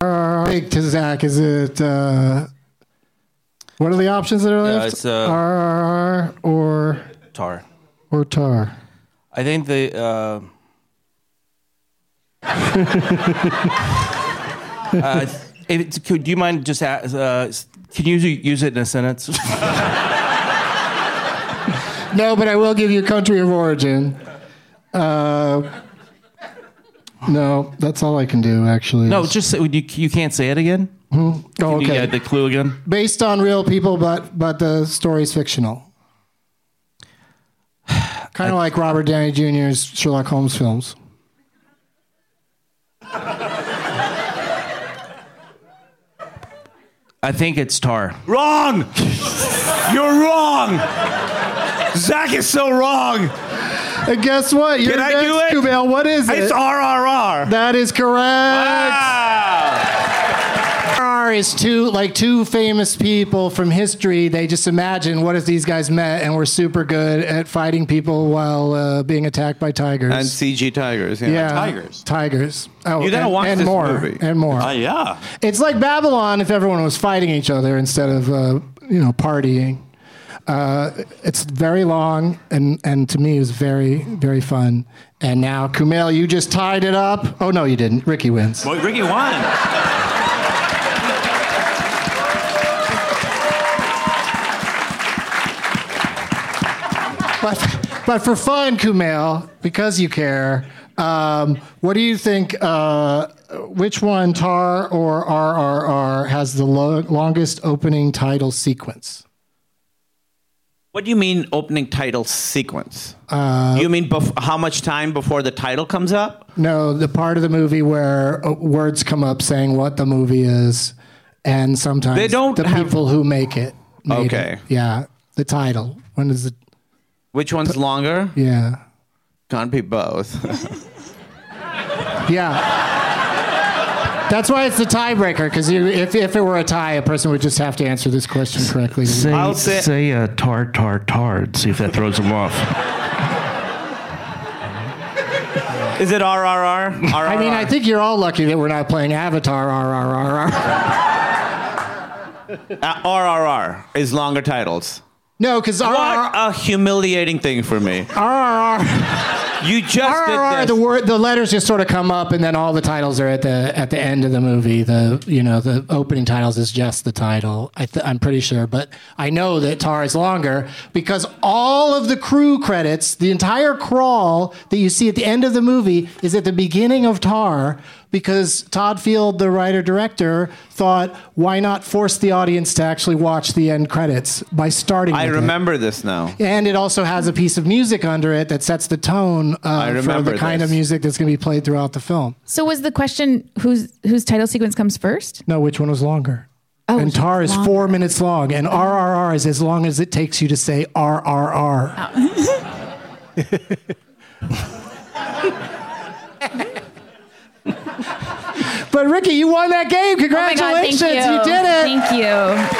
Speaker 2: RRR big to Zach. Is it? Uh, what are the options that are
Speaker 15: Yeah,
Speaker 2: left?
Speaker 15: it's, uh,
Speaker 2: RRR or
Speaker 15: Tar.
Speaker 2: or Tar.
Speaker 15: I think the. Uh,
Speaker 4: Uh, if it's, could, do you mind just a uh, s- can you use it in a sentence?
Speaker 2: No, but I will give you country of origin. Uh, No, that's all I can do, actually.
Speaker 15: No, just say, you, you can't say it again.
Speaker 2: Hmm? Oh,
Speaker 15: Can you
Speaker 2: okay.
Speaker 15: get the clue again.
Speaker 2: Based on real people, but but the story's fictional. Kind of like Robert Downey Jr.'s Sherlock Holmes films.
Speaker 15: I think it's tar.
Speaker 5: Wrong! You're wrong! Zach is so wrong!
Speaker 2: And guess what? You're
Speaker 5: Can I
Speaker 2: next,
Speaker 5: do it?
Speaker 2: Kumail. What is it?
Speaker 5: It's RRR.
Speaker 2: That is correct.
Speaker 5: Ah!
Speaker 7: Ah,
Speaker 2: RRR is two like two famous people from history. They just imagine what if these guys met and were super good at fighting people while uh, being attacked by tigers.
Speaker 5: And CG Tigers. Yeah.
Speaker 2: yeah, tigers. Oh,
Speaker 5: You gotta
Speaker 2: and,
Speaker 5: watch
Speaker 2: and
Speaker 5: this
Speaker 2: more,
Speaker 5: movie.
Speaker 2: and more.
Speaker 5: Ah, yeah.
Speaker 2: It's like Babylon if everyone was fighting each other instead of uh, you know partying. Uh, it's very long and and to me it was very very fun. And now Kumail, you just tied it up. Oh no, you didn't. Ricky wins.
Speaker 15: Boy, Ricky won.
Speaker 2: But but for fun, Kumail, because you care. Um, what do you think? Uh, which one, Tar or RRR, has the lo- longest opening title sequence?
Speaker 5: What do you mean opening title sequence?
Speaker 2: Uh,
Speaker 5: you mean bef- how much time before the title comes up?
Speaker 2: No, the part of the movie where uh, words come up saying what the movie is, and sometimes
Speaker 5: They don't
Speaker 2: the
Speaker 5: have-
Speaker 2: people who make it. made
Speaker 5: Okay.
Speaker 2: it. Yeah, the title. When is it?
Speaker 5: Which one's longer?
Speaker 2: Yeah.
Speaker 5: Can't be both.
Speaker 2: Yeah. That's why it's the tiebreaker because if if it were a tie, a person would just have to answer this question correctly.
Speaker 7: Say,
Speaker 2: I'll
Speaker 7: say, uh, tar, tar, tar, and see if that throws them off.
Speaker 5: Is it RRR? RRR?
Speaker 2: I mean, I think you're all lucky that we're not playing Avatar. RRRR.
Speaker 5: Uh, RRR is longer titles.
Speaker 2: No, because
Speaker 5: What a humiliating thing for me. You just
Speaker 2: RRR,
Speaker 5: did this.
Speaker 2: the word, the letters just sort of come up, and then all the titles are at the at the end of the movie. The you know the opening titles is just the title. I th- I'm pretty sure, but I know that Tar is longer because all of the crew credits, the entire crawl that you see at the end of the movie, is at the beginning of Tar. Because Todd Field, the writer director, thought, why not force the audience to actually watch the end credits by starting?
Speaker 5: I
Speaker 2: with it.
Speaker 5: remember this now.
Speaker 2: And it also has a piece of music under it that sets the tone
Speaker 5: I
Speaker 2: uh, for
Speaker 5: remember
Speaker 2: the kind of music that's going to be played throughout the film.
Speaker 3: So was the question whose whose title sequence comes first?
Speaker 2: No, which one was longer?
Speaker 3: Oh,
Speaker 2: and
Speaker 3: it's
Speaker 2: Tar is
Speaker 3: longer.
Speaker 2: four minutes long, and RRR is as long as it takes you to say RRR. Oh. But Ricky, you won that game. Congratulations.
Speaker 3: Oh my God,
Speaker 2: you. did it.
Speaker 3: Thank you.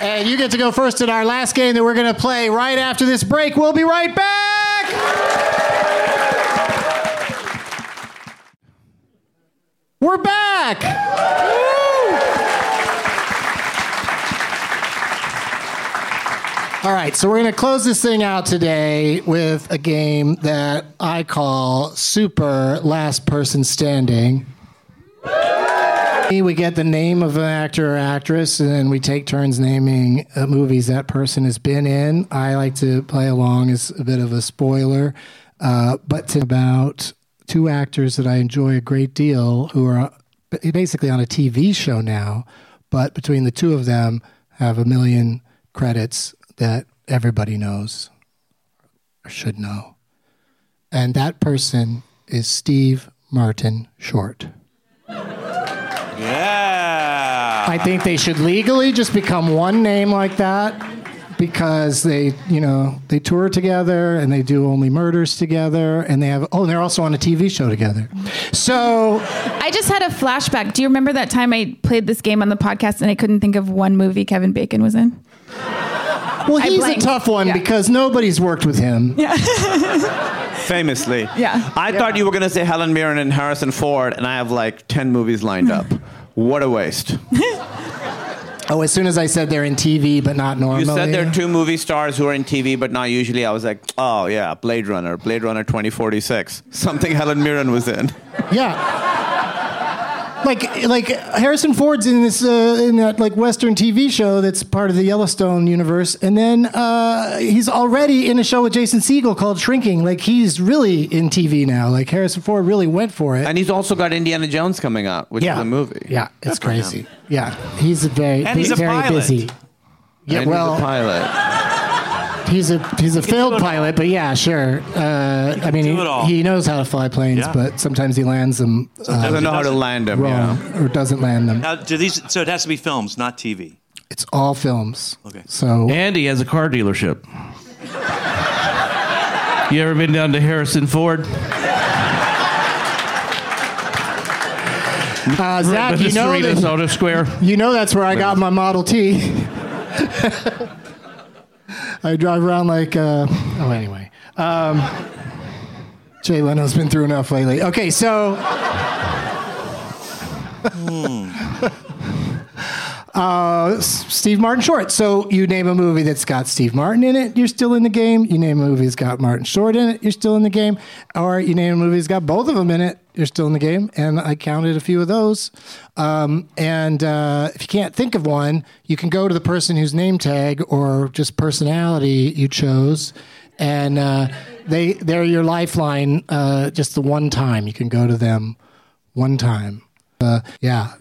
Speaker 3: Thank you.
Speaker 2: And you get to go first in our last game that we're going to play right after this break. We'll be right back. We're back. All right, so we're going to close this thing out today with a game that I call Super Last Person Standing. We get the name of an actor or actress, and then we take turns naming uh, movies that person has been in. I like to play along as a bit of a spoiler, uh, but to about two actors that I enjoy a great deal who are ba- basically on a TV show now, but between the two of them have a million credits that everybody knows or should know. And that person is Steve Martin Short.
Speaker 5: Yeah.
Speaker 2: I think they should legally just become one name like that because they, you know, they tour together and they do only murders together and they have oh, and they're also on a TV show together. So
Speaker 3: I just had a flashback. Do you remember that time I played this game on the podcast and I couldn't think of one movie Kevin Bacon was in?
Speaker 2: well,
Speaker 3: I
Speaker 2: he's a
Speaker 3: blanked.
Speaker 2: tough one
Speaker 3: Yeah.
Speaker 2: because nobody's worked with him.
Speaker 5: Famously.
Speaker 3: Yeah.
Speaker 5: I thought you were going to say Helen Mirren and Harrison Ford, and I have like 10 movies lined up. what a waste.
Speaker 2: Oh, as soon as I said they're in TV but not normally.
Speaker 5: You said there are two movie stars who are in TV, but not usually. I was like, oh, yeah, Blade Runner, Blade Runner 2046, something Helen Mirren was in.
Speaker 2: Yeah. like like Harrison Ford's in this uh, in that like Western TV show that's part of the Yellowstone universe, and then uh, he's already in a show with Jason Segel called Shrinking. Like he's really in TV now. Like Harrison Ford really went for it.
Speaker 5: And he's also got Indiana Jones coming out, which is
Speaker 2: Yeah.
Speaker 5: a movie.
Speaker 2: Yeah, it's crazy. Yeah, he's a very
Speaker 5: And he's a
Speaker 2: very
Speaker 5: pilot.
Speaker 2: busy. Yeah,
Speaker 5: And
Speaker 2: well,
Speaker 5: he's a pilot.
Speaker 2: He's a he's a failed pilot, but yeah, sure. Uh, I mean, he, he knows how to fly planes,
Speaker 7: Yeah.
Speaker 2: but sometimes he lands them. uh,
Speaker 7: Sometimes Doesn't he know how to doesn't. land 'em,
Speaker 2: wrong, or doesn't land them.
Speaker 7: Now, do these? So it has to be films, not TV.
Speaker 2: It's all films. Okay. So
Speaker 15: Andy has a car dealership. you ever been down to Harrison Ford?
Speaker 2: uh,
Speaker 15: Right by
Speaker 2: Zach,
Speaker 15: the
Speaker 2: you know
Speaker 15: Cerritos
Speaker 2: that,
Speaker 15: Auto Square.
Speaker 2: you know that's where I got my Model T. I drive around like. Uh, oh, anyway. Um, Jay Leno's been through enough lately. Okay, so. Uh, S- Steve Martin short. So you name a movie that's got Steve Martin in it, you're still in the game. You name a movie that's got Martin Short in it, you're still in the game. Or you name a movie that's got both of them in it, you're still in the game. And I counted a few of those. Um, and uh, if you can't think of one, you can go to the person whose name tag or just personality you chose. And uh, they they're your lifeline. Uh, just the one time you can go to them, one time. Uh, yeah,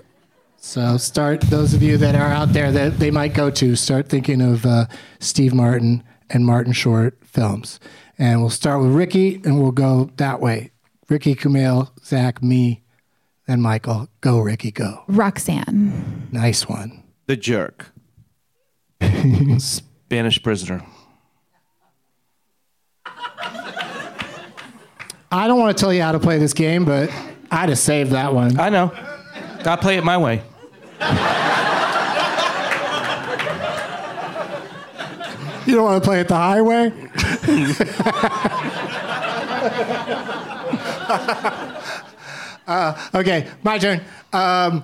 Speaker 2: so start those of you that are out there that they might go to start thinking of uh, Steve Martin and Martin Short films, and we'll start with Ricky and we'll go that way. Ricky, Kumail, Zach, me, and Michael. Go, Ricky, go.
Speaker 3: Roxanne.
Speaker 2: Nice one.
Speaker 5: The jerk.
Speaker 15: Spanish prisoner.
Speaker 2: I don't want to tell you how to play this game, but I'd have saved that one.
Speaker 15: I know. I play it my way.
Speaker 2: You don't want to play at the highway? uh, okay, my turn. Um,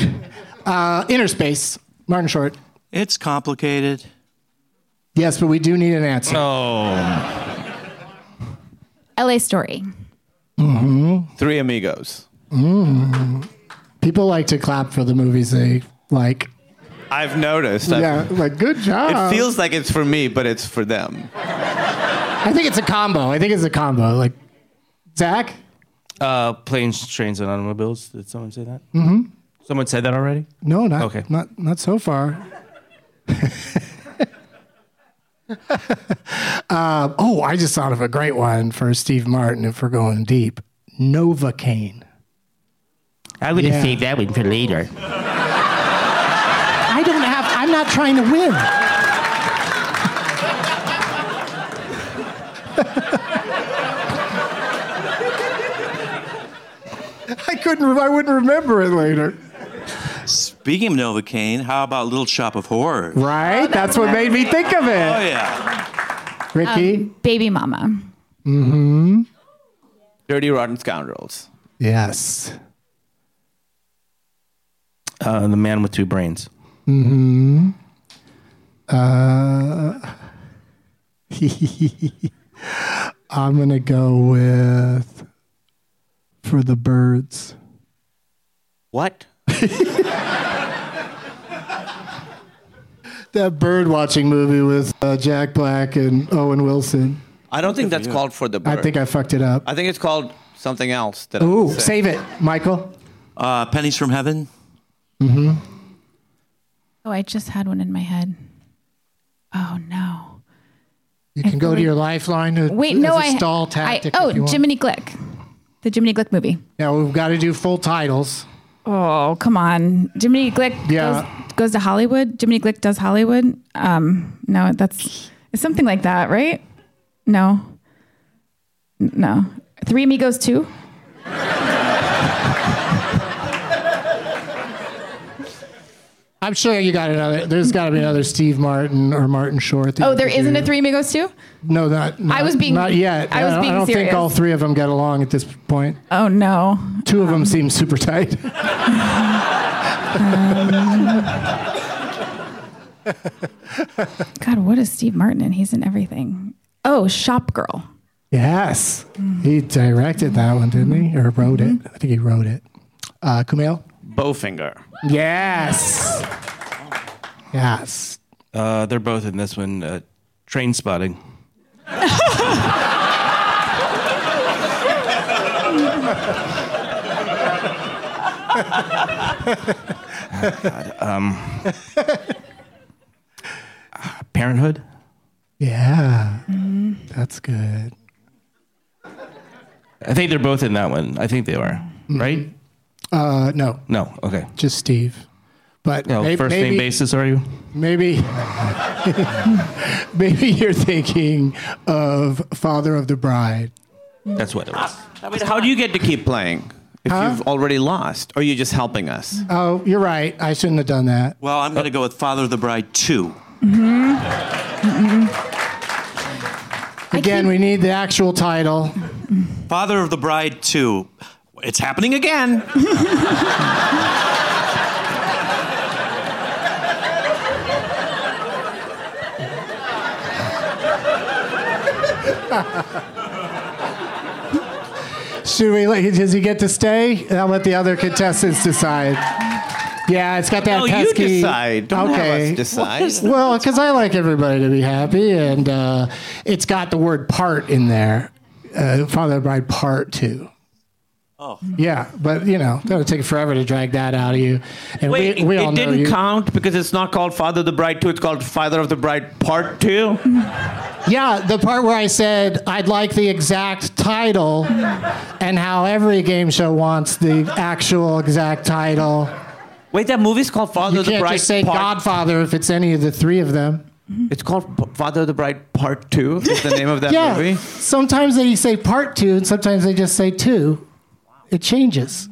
Speaker 2: uh, inner space, Martin Short.
Speaker 7: It's complicated.
Speaker 2: Yes, but we do need an answer.
Speaker 15: Oh.
Speaker 3: LA Story.
Speaker 2: hmm
Speaker 5: Three Amigos.
Speaker 2: Mm. People like to clap for the movies they like.
Speaker 5: I've noticed. I've-
Speaker 2: yeah, Uh-huh. like good job.
Speaker 5: It feels like it's for me, but it's for them.
Speaker 2: I think it's a combo. I think it's a combo. Like Zach.
Speaker 4: Uh, planes, trains, and automobiles. Did someone say that?
Speaker 2: hmm
Speaker 7: Mm-hmm.
Speaker 4: Someone said that already.
Speaker 2: No, not
Speaker 4: Okay.
Speaker 2: not not so far. uh, oh, I just thought of a great one for Steve Martin if we're going deep. Novocaine.
Speaker 15: I
Speaker 2: would have Yeah. saved
Speaker 15: that one for later.
Speaker 2: I don't have. I'm not trying to win. I couldn't. I wouldn't remember it later.
Speaker 7: Speaking of Novocaine, how about Little Shop of Horrors?
Speaker 2: Right. that's what made me think of it.
Speaker 7: Oh yeah.
Speaker 2: Ricky.
Speaker 3: Um, Baby Mama.
Speaker 2: mm-hmm.
Speaker 5: Dirty Rotten Scoundrels.
Speaker 2: Yes.
Speaker 4: Uh, the man with two brains.
Speaker 2: Mm-hmm. Uh, I'm gonna go with for the birds.
Speaker 5: What?
Speaker 2: That bird watching movie with uh, Jack Black and Owen Wilson.
Speaker 5: I don't think that's called for the bird.
Speaker 2: I think I fucked it up.
Speaker 5: I think it's called something else. That
Speaker 2: Ooh, save it, Michael.
Speaker 7: Uh, Pennies from Heaven.
Speaker 2: Mm-hmm.
Speaker 3: Oh, I just had one in my head. Oh no.
Speaker 2: You can go to your lifeline. To,
Speaker 3: Wait,
Speaker 2: as
Speaker 3: no,
Speaker 2: a
Speaker 3: I
Speaker 2: stall
Speaker 3: I-
Speaker 2: tactic. if you
Speaker 3: oh,
Speaker 2: want.
Speaker 3: Jiminy Glick. The Jiminy Glick movie.
Speaker 2: Now we've got to do full titles.
Speaker 3: Oh, come on. Jiminy Glick
Speaker 2: Yeah.
Speaker 3: goes, goes to Hollywood. Jiminy Glick does Hollywood. Um, no, that's it's something like that, right? No. N- No. Three Amigos too.
Speaker 2: I'm sure you got another. There's got to be another Steve Martin or Martin Short. that
Speaker 3: Oh,
Speaker 2: you
Speaker 3: there
Speaker 2: could
Speaker 3: isn't
Speaker 2: do.
Speaker 3: a Three Amigos too?
Speaker 2: No, not, not.
Speaker 3: I was being-
Speaker 2: Not yet.
Speaker 3: I was
Speaker 2: don't,
Speaker 3: being
Speaker 2: I don't think
Speaker 3: serious.
Speaker 2: all three of them get along at this point.
Speaker 3: Oh no.
Speaker 2: Two of them seem super tight.
Speaker 3: God, what is Steve Martin in? He's in everything. Oh, Shop Girl. Mm-hmm.
Speaker 2: yes, he directed that one, didn't he? Or wrote it? I think he wrote it. Uh, Kumail?
Speaker 5: Bowfinger.
Speaker 2: Yes. Yes.
Speaker 4: Uh, they're both in this one. Uh, train spotting.
Speaker 5: God, um, Parenthood.
Speaker 2: Yeah.
Speaker 3: Mm-hmm.
Speaker 2: That's good.
Speaker 4: I think they're both in that one. I think they are. Right?
Speaker 2: Uh, no,
Speaker 4: No. Okay.
Speaker 2: just Steve. But
Speaker 4: No,
Speaker 2: may-
Speaker 4: Oh, first
Speaker 2: maybe,
Speaker 4: name basis, are you?
Speaker 2: Maybe, maybe you're thinking of Father of the Bride.
Speaker 5: That's what it was. how do you get to keep playing if
Speaker 2: Huh?
Speaker 5: you've already lost? Or are you just helping us?
Speaker 2: Oh, you're right. I shouldn't have done that.
Speaker 7: Well, I'm going to go with Father of the Bride 2.
Speaker 2: Again, we need the actual title.
Speaker 7: Father of the Bride 2. It's happening again.
Speaker 2: Should we? let- Does he get to stay? I'll let the other contestants decide. Yeah, it's got that
Speaker 5: No, you
Speaker 2: pesky.
Speaker 5: decide. Don't have us decide. What is that?
Speaker 2: Well, because I like everybody to be happy, and uh, it's got the word "part" in there. Uh, Father of the Bride Part Two.
Speaker 7: Oh.
Speaker 2: Yeah, but you know that would take forever to drag that out of you. And
Speaker 5: Wait,
Speaker 2: we, we
Speaker 5: it
Speaker 2: all know
Speaker 5: didn't
Speaker 2: you.
Speaker 5: count because it's not called Father of the Bride 2, it's called Father of the Bride Part 2.
Speaker 2: Yeah, the part where I said I'd like the exact title and how every game show wants the actual exact title.
Speaker 5: Wait, that movie's called Father
Speaker 2: You
Speaker 5: of the
Speaker 2: can't
Speaker 5: Bride
Speaker 2: just say
Speaker 5: Part
Speaker 2: Godfather if it's any of the three of them.
Speaker 5: It's called P- Father of the Bride Part 2, is the name of that
Speaker 2: yeah.
Speaker 5: movie.
Speaker 2: Sometimes they say part two and sometimes they just say two. It changes.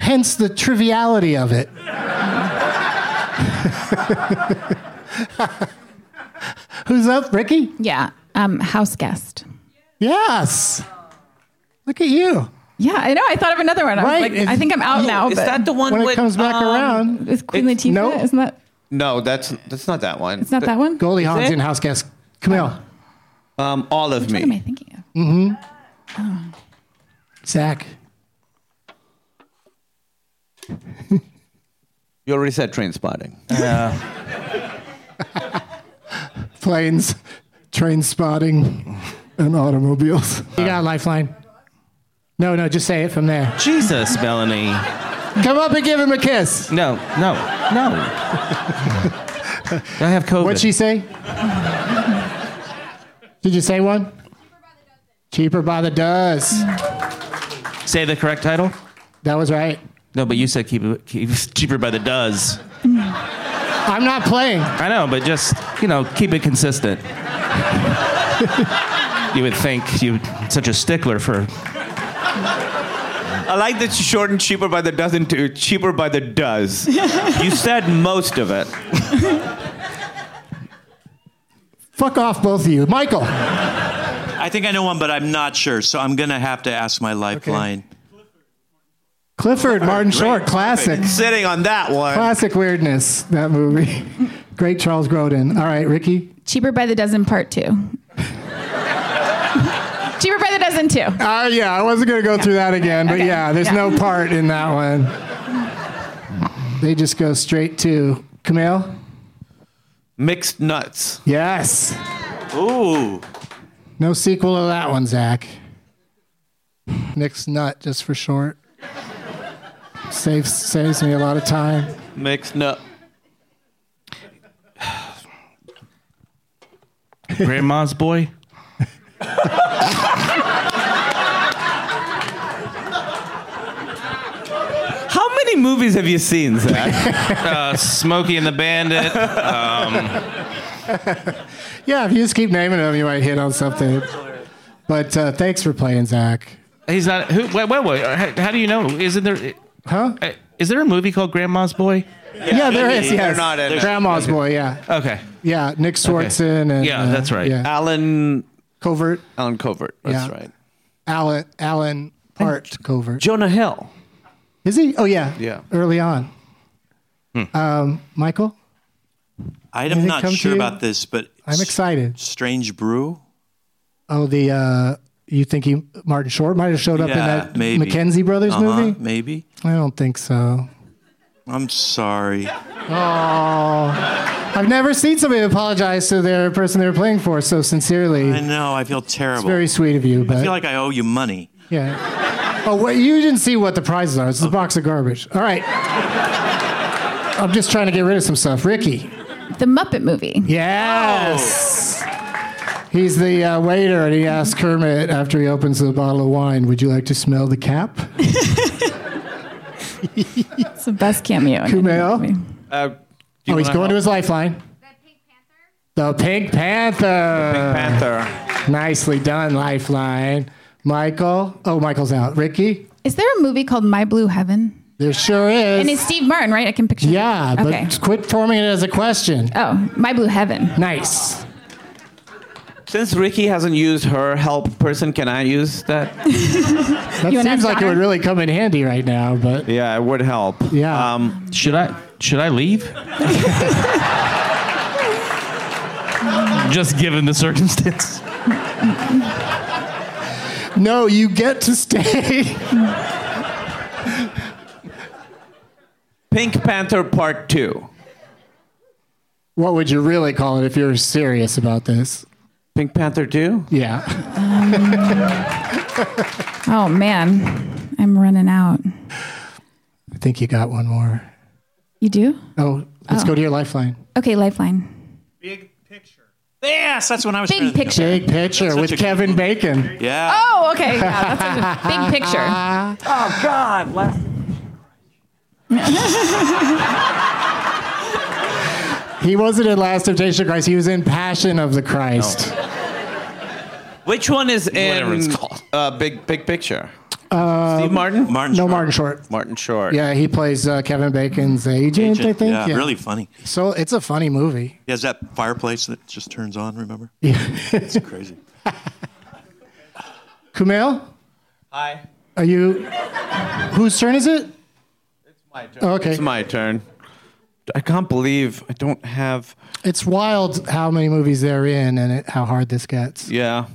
Speaker 2: Hence the triviality of it. Who's up, Ricky?
Speaker 3: Yeah. Um, house guest.
Speaker 2: Yes. Look at you.
Speaker 3: Yeah, I know. I thought of another one. I,
Speaker 2: Right,
Speaker 3: was like,
Speaker 2: it's-
Speaker 3: I think I'm out
Speaker 2: Oh,
Speaker 3: now.
Speaker 2: is
Speaker 3: but-
Speaker 2: that the one When it with, comes back um, around,
Speaker 3: with Queen Latifah? Isn't that?
Speaker 5: No, that's that's not that one.
Speaker 3: It's
Speaker 2: Uh,
Speaker 3: not that one?
Speaker 2: Goldie
Speaker 3: Is
Speaker 2: Hawn's
Speaker 3: it?
Speaker 2: in house guest. Camille.
Speaker 5: Um, all of
Speaker 3: What am I
Speaker 5: me.
Speaker 3: thinking of?
Speaker 2: Mm-hmm.
Speaker 3: Oh.
Speaker 2: Zach.
Speaker 5: You already said train spotting.
Speaker 2: Planes, train spotting, and automobiles. You got a lifeline? No, no, just say it from there.
Speaker 4: Jesus, Melanie.
Speaker 2: Come up and give him a kiss.
Speaker 4: No, no, no. I have COVID.
Speaker 2: What'd she say? Did you say one? Cheaper by the does.
Speaker 4: Say the correct title?
Speaker 2: That was right.
Speaker 4: No, but you said keep, it- keep it cheaper by the does.
Speaker 2: I'm not playing.
Speaker 4: I know, but just, you know, keep it consistent. you would think you such a stickler for
Speaker 5: I like that you shortened cheaper by the dozen to cheaper by the does. you said most of it.
Speaker 2: Fuck off, both of you. Michael.
Speaker 7: I think I know one, but I'm not sure, so I'm going to have to ask my lifeline.
Speaker 2: Clifford, Martin Short, classic.
Speaker 5: Sitting on that one.
Speaker 2: Classic weirdness, that movie. Great Charles Grodin. All right, Ricky.
Speaker 3: Cheaper by the dozen part two. Cheaper by the dozen two.
Speaker 2: Uh, yeah, I wasn't going to go through that again, but
Speaker 3: Okay.
Speaker 2: yeah, there's
Speaker 3: Yeah.
Speaker 2: no part in that one. They just go straight to Camille.
Speaker 5: Mixed nuts.
Speaker 2: Yes.
Speaker 5: Ooh.
Speaker 2: No sequel to that one, Zach. Nick's nut, just for short. saves saves me a lot of time.
Speaker 5: Mixed nut.
Speaker 4: grandma's boy.
Speaker 5: How many movies have you seen, Zach?
Speaker 4: Uh, Smokey and the Bandit. Um,
Speaker 2: Yeah, if you just keep naming them, you might hit on something. But uh, thanks for playing, Zach.
Speaker 4: he's not. Who, wait, wait, wait. How, how do you know? Isn't there? uh,
Speaker 2: Huh?
Speaker 4: Is there a movie called Grandma's Boy?
Speaker 2: Yeah, there is.
Speaker 5: They're
Speaker 2: Yes,
Speaker 5: not in it.
Speaker 2: Grandma's
Speaker 4: Okay.
Speaker 2: boy. Yeah,
Speaker 4: Okay.
Speaker 2: yeah. Nick Swartzen and
Speaker 4: Yeah,
Speaker 2: uh,
Speaker 4: that's right.
Speaker 2: Yeah.
Speaker 5: Alan.
Speaker 2: Covert.
Speaker 5: Alan Covert. That's
Speaker 2: Yeah.
Speaker 5: right.
Speaker 2: Alan Alan Hart Covert.
Speaker 5: Jonah Hill.
Speaker 2: Is he? Oh yeah.
Speaker 5: Yeah.
Speaker 2: Early on.
Speaker 16: Hmm.
Speaker 2: Um, Michael,
Speaker 7: I
Speaker 2: Did it
Speaker 7: am not
Speaker 2: come to
Speaker 7: sure
Speaker 2: you?
Speaker 7: about this, but
Speaker 2: I'm excited.
Speaker 7: Strange Brew?
Speaker 2: Oh, the uh, You think he Martin Short might have showed up in
Speaker 16: Yeah,
Speaker 2: that
Speaker 16: maybe.
Speaker 2: McKenzie Brothers
Speaker 16: Uh-huh,
Speaker 2: movie?
Speaker 16: maybe.
Speaker 2: I don't think so.
Speaker 16: I'm sorry.
Speaker 2: Oh, I've never seen somebody apologize to their person they were playing for so sincerely.
Speaker 16: I know. I feel terrible.
Speaker 2: It's very sweet of you,
Speaker 16: I
Speaker 2: but
Speaker 16: feel like I owe you money.
Speaker 2: yeah. Oh, wait, you didn't see what the prizes are. It's
Speaker 16: Oh.
Speaker 2: a box of garbage. All right. I'm just trying to get rid of some stuff. Ricky.
Speaker 3: The Muppet movie.
Speaker 2: Yes.
Speaker 5: Oh.
Speaker 2: He's the uh, waiter, and he asks Kermit after he opens the bottle of wine, "Would you like to smell the cap?"
Speaker 3: It's the best cameo. in
Speaker 2: Kumail.
Speaker 5: Uh, do you
Speaker 2: Oh, he's
Speaker 5: wanna
Speaker 2: going
Speaker 5: help?
Speaker 2: to his lifeline. The Pink Panther. The Pink
Speaker 5: Panther.
Speaker 2: Nicely done, Lifeline. Michael. Oh, Michael's out. Ricky.
Speaker 3: Is there a movie called My Blue Heaven?
Speaker 2: There sure is.
Speaker 3: And it's Steve Martin, right? I can picture.
Speaker 2: yeah,
Speaker 3: it.
Speaker 2: but
Speaker 3: Okay.
Speaker 2: quit forming it as a question.
Speaker 3: Oh, My Blue Heaven.
Speaker 2: Nice.
Speaker 5: Since Ricky hasn't used her help person, can I use that?
Speaker 2: That seems like it would really come in handy right now, but
Speaker 5: yeah, it would help.
Speaker 2: Yeah.
Speaker 5: Um, should I? Should I leave?
Speaker 15: Just given the circumstance.
Speaker 2: no, you get to stay.
Speaker 5: Pink Panther Part Two.
Speaker 2: what would you really call it if you're serious about this?
Speaker 5: Pink Panther Two.
Speaker 2: Yeah.
Speaker 3: Oh man, I'm running out.
Speaker 2: I think you got one more.
Speaker 3: You do?
Speaker 2: Oh, let's
Speaker 3: Oh.
Speaker 2: go to your lifeline.
Speaker 3: Okay, Lifeline.
Speaker 16: Yes, that's when I was.
Speaker 3: Big picture.
Speaker 2: Big picture with Kevin Bacon.
Speaker 16: Yeah.
Speaker 5: Uh,
Speaker 3: Oh, okay. Yeah, that's a big picture.
Speaker 4: Oh God, last
Speaker 2: He wasn't in Last Temptation of Christ. He was in Passion of the Christ.
Speaker 5: Which one is
Speaker 2: Whatever
Speaker 5: in
Speaker 2: it's
Speaker 5: uh, Big Big Picture?
Speaker 2: Uh,
Speaker 5: Steve Martin.
Speaker 2: no, Martin Short.
Speaker 5: Martin Short.
Speaker 2: Yeah, he plays uh, Kevin Bacon's agent, I think.
Speaker 16: yeah, really funny.
Speaker 2: So it's a funny movie.
Speaker 16: He has that fireplace that just turns on. Remember?
Speaker 2: Yeah.
Speaker 16: it's crazy.
Speaker 2: Kumail?
Speaker 5: Hi.
Speaker 2: Are you. Whose turn is it? Oh, Okay.
Speaker 5: It's my turn. I can't believe I don't have.
Speaker 2: It's wild how many movies they're in and it, how hard this gets.
Speaker 5: Yeah.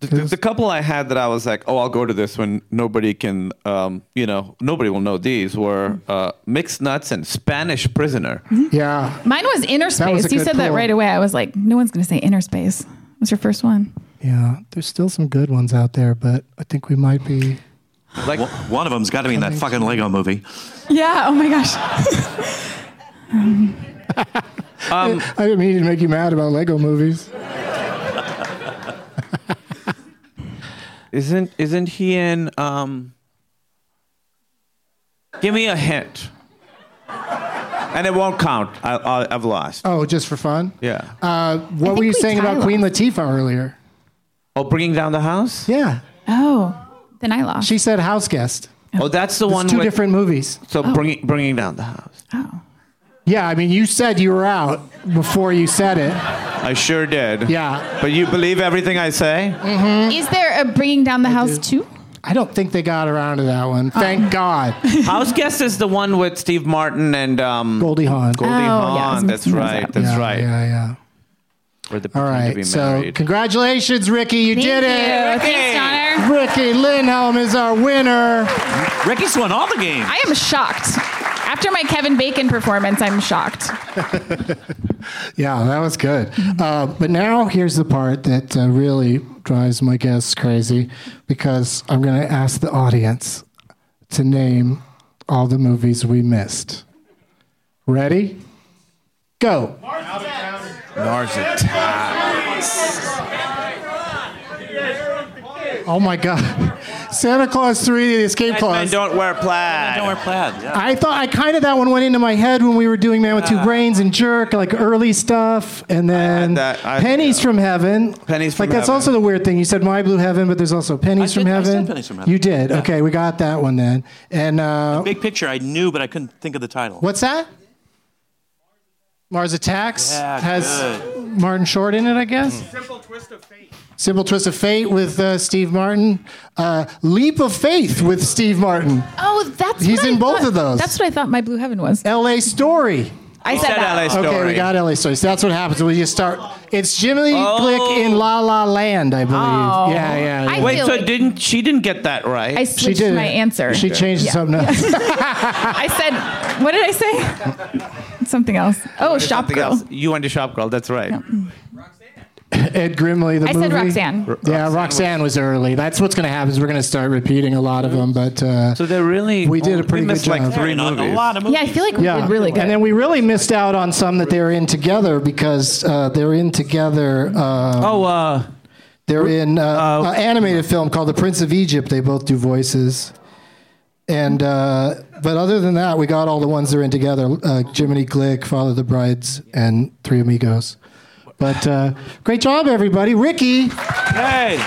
Speaker 5: The, the, the couple I had that I was like, oh, I'll go to this when nobody can, um, you know, nobody will know these were uh, Mixed Nuts and Spanish Prisoner.
Speaker 16: Mm-hmm.
Speaker 2: Yeah.
Speaker 3: Mine was inner
Speaker 5: That was
Speaker 3: space.
Speaker 5: a
Speaker 3: you
Speaker 5: good
Speaker 3: said that
Speaker 5: pull.
Speaker 3: right away. I was like, no one's going to say inner space. It was your first one.
Speaker 2: Yeah. There's still some good ones out there, but I think we might be.
Speaker 5: Like
Speaker 16: one, one of them's got to be in that fucking Lego movie.
Speaker 3: Yeah. Oh my gosh.
Speaker 2: I didn't mean to make you mad about Lego movies.
Speaker 5: Isn't isn't he in? Um, give me a hint, and it won't count. I, I, I've lost.
Speaker 2: Oh, just for fun?
Speaker 5: Yeah.
Speaker 2: Uh, what were you saying about
Speaker 3: tied
Speaker 2: Queen Latifah earlier?
Speaker 5: Oh, bringing down the house.
Speaker 2: Yeah.
Speaker 3: Oh, then I lost.
Speaker 2: She said house guest.
Speaker 5: Oh, that's the
Speaker 2: It's
Speaker 5: one.
Speaker 2: two
Speaker 5: with-
Speaker 2: different movies.
Speaker 5: So bringing bringing down the house.
Speaker 3: Oh.
Speaker 2: Yeah, I mean, you said you were out before you said it.
Speaker 5: I sure did.
Speaker 2: Yeah. Mm-hmm.
Speaker 5: But you believe everything I say?
Speaker 3: Is there a bringing down the house too?
Speaker 2: I don't think they got around to that one. Thank God.
Speaker 5: House guest is the one with Steve Martin and um,
Speaker 2: Goldie Hawn.
Speaker 5: Goldie
Speaker 3: Oh, yeah, I was
Speaker 5: Hawn.
Speaker 3: mixing
Speaker 5: That's
Speaker 3: those
Speaker 5: right.
Speaker 3: up.
Speaker 5: That's
Speaker 2: yeah,
Speaker 5: right.
Speaker 2: Yeah, yeah.
Speaker 5: Where the
Speaker 2: All
Speaker 5: pretend to be
Speaker 2: right. So,
Speaker 5: married.
Speaker 2: congratulations, Ricky. You did it.
Speaker 3: Thanks, Donner.
Speaker 2: Ricky Lindholm is our winner.
Speaker 16: Ricky's won all the games.
Speaker 3: I am shocked. After my Kevin Bacon performance, I'm shocked.
Speaker 2: Yeah, that was good. Uh, but now here's the part that uh, really drives my guests crazy because I'm going to ask the audience to name all the movies we missed. Ready? Go.
Speaker 5: Mars Attacks.
Speaker 2: Oh my God. Santa Claus 3, The Escape
Speaker 5: Men
Speaker 2: Clause.
Speaker 5: don't wear plaid.
Speaker 16: Don't wear plaid. Yeah.
Speaker 2: I thought I kind of that one went into my head when we were doing Man with Two Brains and Jerk, like early stuff, and then
Speaker 5: that. I-
Speaker 2: Pennies from Heaven.
Speaker 5: Pennies
Speaker 2: like
Speaker 5: from
Speaker 2: that's
Speaker 5: Heaven.
Speaker 2: also the weird thing. You said My Blue Heaven, but there's also Pennies
Speaker 16: I
Speaker 2: from
Speaker 16: did- I said
Speaker 2: Heaven.
Speaker 16: Pennies from Heaven.
Speaker 2: You did. Okay, we got that one then. And uh,
Speaker 16: Big picture, I knew, but I couldn't think of the title.
Speaker 2: what's that? Mars Attacks
Speaker 16: Yeah,
Speaker 2: has
Speaker 16: good. Hmm.
Speaker 2: Martin Short in it, I guess.
Speaker 15: Simple twist of fate.
Speaker 2: Simple Twist of Fate with uh, Steve Martin. Uh, Leap of Faith with Steve Martin.
Speaker 3: Oh, that's
Speaker 2: He's
Speaker 3: what I
Speaker 2: in both
Speaker 3: thought-
Speaker 2: of those.
Speaker 3: That's what I thought my Blue Heaven was.
Speaker 2: L.A. Story.
Speaker 17: I said, that.
Speaker 2: Okay, we got LA stories. That's what happens when you start. It's Jimmy Glick in La La Land, I believe.
Speaker 3: Oh.
Speaker 2: Yeah, yeah. yeah.
Speaker 5: Wait, so didn't she didn't get that right?
Speaker 3: I switched my answer.
Speaker 2: She changed
Speaker 3: Yeah.
Speaker 2: something. Up.
Speaker 3: I said, what did I say? Something else. Oh, shop
Speaker 5: Something
Speaker 3: girl.
Speaker 5: else. You went to shop girl. That's right.
Speaker 2: Ed Grimley, the
Speaker 3: I
Speaker 2: movie.
Speaker 3: said Roxanne. R-
Speaker 2: yeah, Roxanne, was early. That's what's going to happen. Is we're going to start repeating a lot of them, but uh, so
Speaker 5: they're really
Speaker 2: we did a
Speaker 5: we
Speaker 2: pretty
Speaker 5: missed
Speaker 2: good
Speaker 5: like
Speaker 2: job.
Speaker 5: three Not a movies. lot of
Speaker 3: Yeah, I feel like we
Speaker 2: Yeah,
Speaker 3: did really good.
Speaker 2: and then we really missed out on some that they were in together because uh, they're in together. Um,
Speaker 5: oh, uh,
Speaker 2: they're in uh, an animated film called The Prince of Egypt. They both do voices, and uh, but other than that, we got all the ones they're in together: uh, Jiminy Glick, Father of the Brides, and Three Amigos. But uh, great job, everybody. Ricky,
Speaker 5: Hey.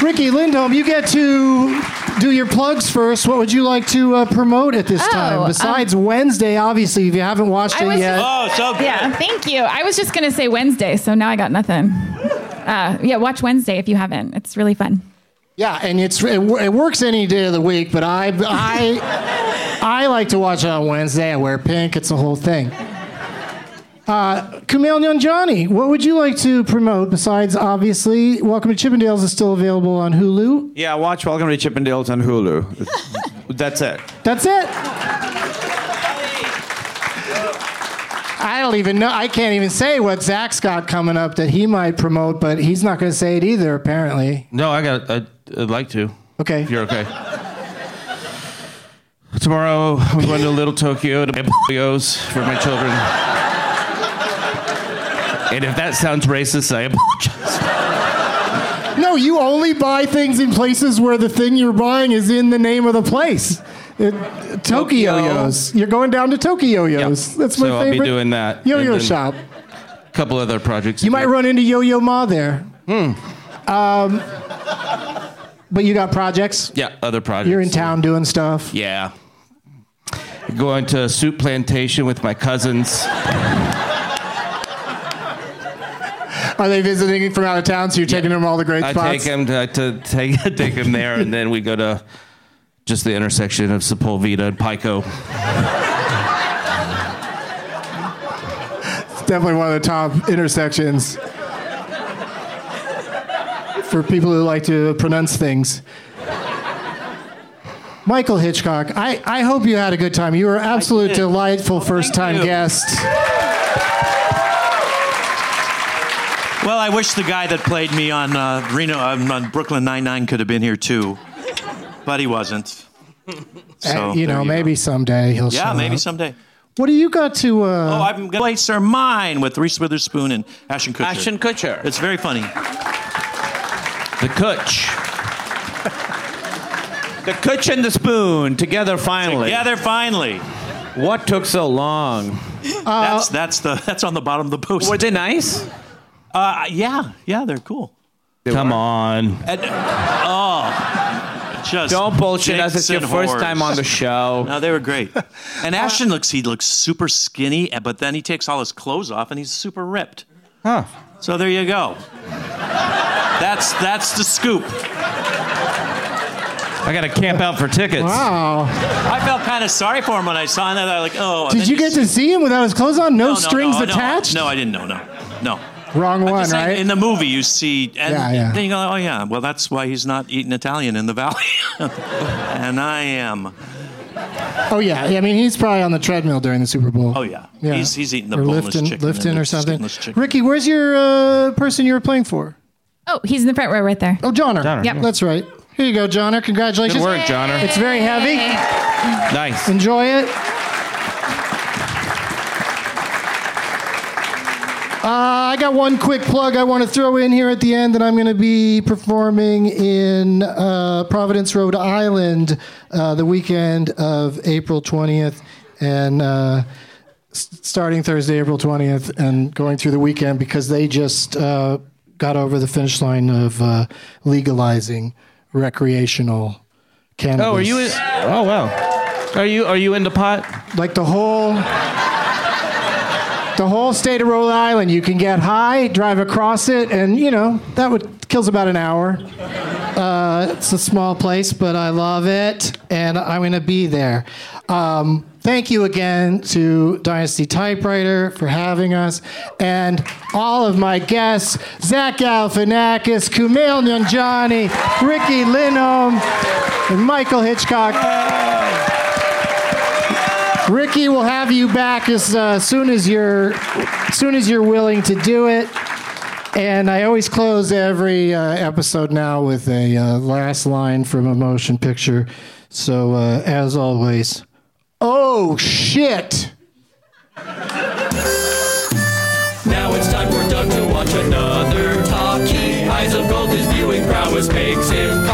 Speaker 2: Ricky Lindholm, you get to do your plugs first. What would you like to uh, promote at this
Speaker 3: Oh,
Speaker 2: time?
Speaker 3: um,
Speaker 2: Besides Wednesday, obviously, if you haven't watched it yet.
Speaker 16: Oh,
Speaker 3: Yeah, thank you. I was just gonna say Wednesday, so now I got nothing. Uh, yeah, watch Wednesday if you haven't. It's really fun.
Speaker 2: Yeah, and it's it, wo- it works any day of the week, but I I I like to watch it on Wednesday. I wear pink. It's a whole thing. Uh, Kumail Nanjiani, what would you like to promote besides obviously Welcome to Chippendales is still available on Hulu.
Speaker 5: Yeah, watch Welcome to Chippendales on Hulu. It's- That's it.
Speaker 2: That's it. I don't even know. I can't even say what Zach's got coming up that he might promote, but he's not going to say it either, apparently.
Speaker 4: No, I got. I'd, I'd like to.
Speaker 2: Okay.
Speaker 4: If you're okay. Tomorrow I'm going to Little Tokyo to buy Oreos for my children. And if that sounds racist, I apologize.
Speaker 2: No, you only buy things in places where the thing you're buying is in the name of the place. It, Tokyo Yo's. You're going down to Tokyo Yo's. That's my
Speaker 4: So I'll be
Speaker 2: favorite.
Speaker 4: doing that.
Speaker 2: Yo
Speaker 4: And
Speaker 2: yo
Speaker 4: then-
Speaker 2: shop.
Speaker 4: A couple other projects.
Speaker 2: You might run into Yo Yo Ma there.
Speaker 4: Hmm.
Speaker 2: Um, but you got projects.
Speaker 4: Yeah, uh, other projects.
Speaker 2: You're in town doing stuff.
Speaker 4: Yeah. Going to a soup plantation with my cousins.
Speaker 2: Are they visiting from out of town? So you're taking them all the great
Speaker 4: I
Speaker 2: spots.
Speaker 4: take him to, to take take him there, and then we go to just the intersection of Sepulveda and Pico.
Speaker 2: It's definitely one of the top intersections for people who like to pronounce things. Michael Hitchcock, I, I hope you had a good time. You were absolute delightful first time guest. Uh,
Speaker 7: Well, I wish the guy that played me on uh, Reno um, on Brooklyn Nine Nine could have been here too, but he wasn't. So
Speaker 2: Uh, you know,
Speaker 7: there
Speaker 2: maybe someday he'll
Speaker 7: yeah,
Speaker 2: show
Speaker 7: maybe
Speaker 2: up.
Speaker 7: someday.
Speaker 2: What do you got to? Uh,
Speaker 7: oh, I'm gonna play Sir Mine with Reese Witherspoon and Ashton Kutcher.
Speaker 4: Ashton Kutcher.
Speaker 7: It's very funny.
Speaker 4: The Kutch.
Speaker 5: The Kutch and the Spoon together finally.
Speaker 7: Together finally.
Speaker 5: Oh. What took so long?
Speaker 7: that's that's the that's on the bottom of the post.
Speaker 5: Were they nice?
Speaker 7: Uh, yeah, yeah, they're cool.
Speaker 4: Come on.
Speaker 7: And, oh, just
Speaker 5: Don't bullshit us. It's
Speaker 7: dicks
Speaker 5: your
Speaker 7: and
Speaker 5: first
Speaker 7: whores.
Speaker 5: time on the show. Uh,
Speaker 7: No, they were great. And Ashton looks he looks super skinny, uh, but then he takes all his clothes off and he's super ripped.
Speaker 4: Huh.
Speaker 7: So there you go. That's that's the scoop.
Speaker 4: I got to camp out for tickets.
Speaker 2: wow.
Speaker 7: I felt kind of sorry for him when I saw that. I was like, oh. and
Speaker 2: Did
Speaker 7: then
Speaker 2: you
Speaker 7: he- "Oh,
Speaker 2: get to see him without his clothes on? No,
Speaker 7: No, no,
Speaker 2: strings
Speaker 7: no, no,
Speaker 2: attached?
Speaker 7: No, I didn't know. No, no.
Speaker 2: Wrong
Speaker 7: I'm
Speaker 2: one,
Speaker 7: just saying,
Speaker 2: right?
Speaker 7: In the movie, you see, and
Speaker 2: Yeah, yeah.
Speaker 7: then you go, oh yeah, well that's why he's not eating Italian in the valley, and I am.
Speaker 2: Oh, yeah. I mean, he's probably on the treadmill during the Super Bowl.
Speaker 7: Oh yeah,
Speaker 2: Yeah.
Speaker 7: He's, he's eating the
Speaker 2: or
Speaker 7: boneless
Speaker 2: lifting,
Speaker 7: chicken,
Speaker 2: lifting
Speaker 7: and
Speaker 2: or
Speaker 7: the
Speaker 2: something.
Speaker 7: skinless chicken.
Speaker 2: Ricky, where's your uh, person you were playing for?
Speaker 3: Oh, he's in the front row right there.
Speaker 2: Oh, Johnner.
Speaker 3: Johnner, Yep. yeah.
Speaker 2: That's right. Here you go, Johnner. Congratulations.
Speaker 3: Good work,
Speaker 4: Johnner.
Speaker 2: It's very heavy.
Speaker 4: Nice.
Speaker 2: Enjoy it. Uh, I got one quick plug I want to throw in here at the end that I'm going to be performing in uh, Providence, Rhode Island, uh, the weekend of April 20th, and uh, s- starting Thursday, April 20th, and going through the weekend because they just uh, got over the finish line of uh, legalizing recreational cannabis.
Speaker 4: Oh, are you? In, oh, wow. Are you are you in the pot?
Speaker 2: like the whole the whole state of Rhode Island. You can get high, drive across it, and you know that would kills about an hour. Uh, it's a small place, but I love it, and I'm gonna be there. Um, Thank you again to Dynasty Typewriter for having us and all of my guests Zach Galifianakis, Kumail Nanjiani, Ricky Lindholm, and Michael Hitchcock. Ricky will have you back as uh, soon as you're soon as you're willing to do it. And I always close every uh, episode now with a uh, last line from a motion picture. So uh, as always, oh shit.
Speaker 7: Now it's time for Doug to watch another talkie. Eyes of gold, his viewing prowess makes him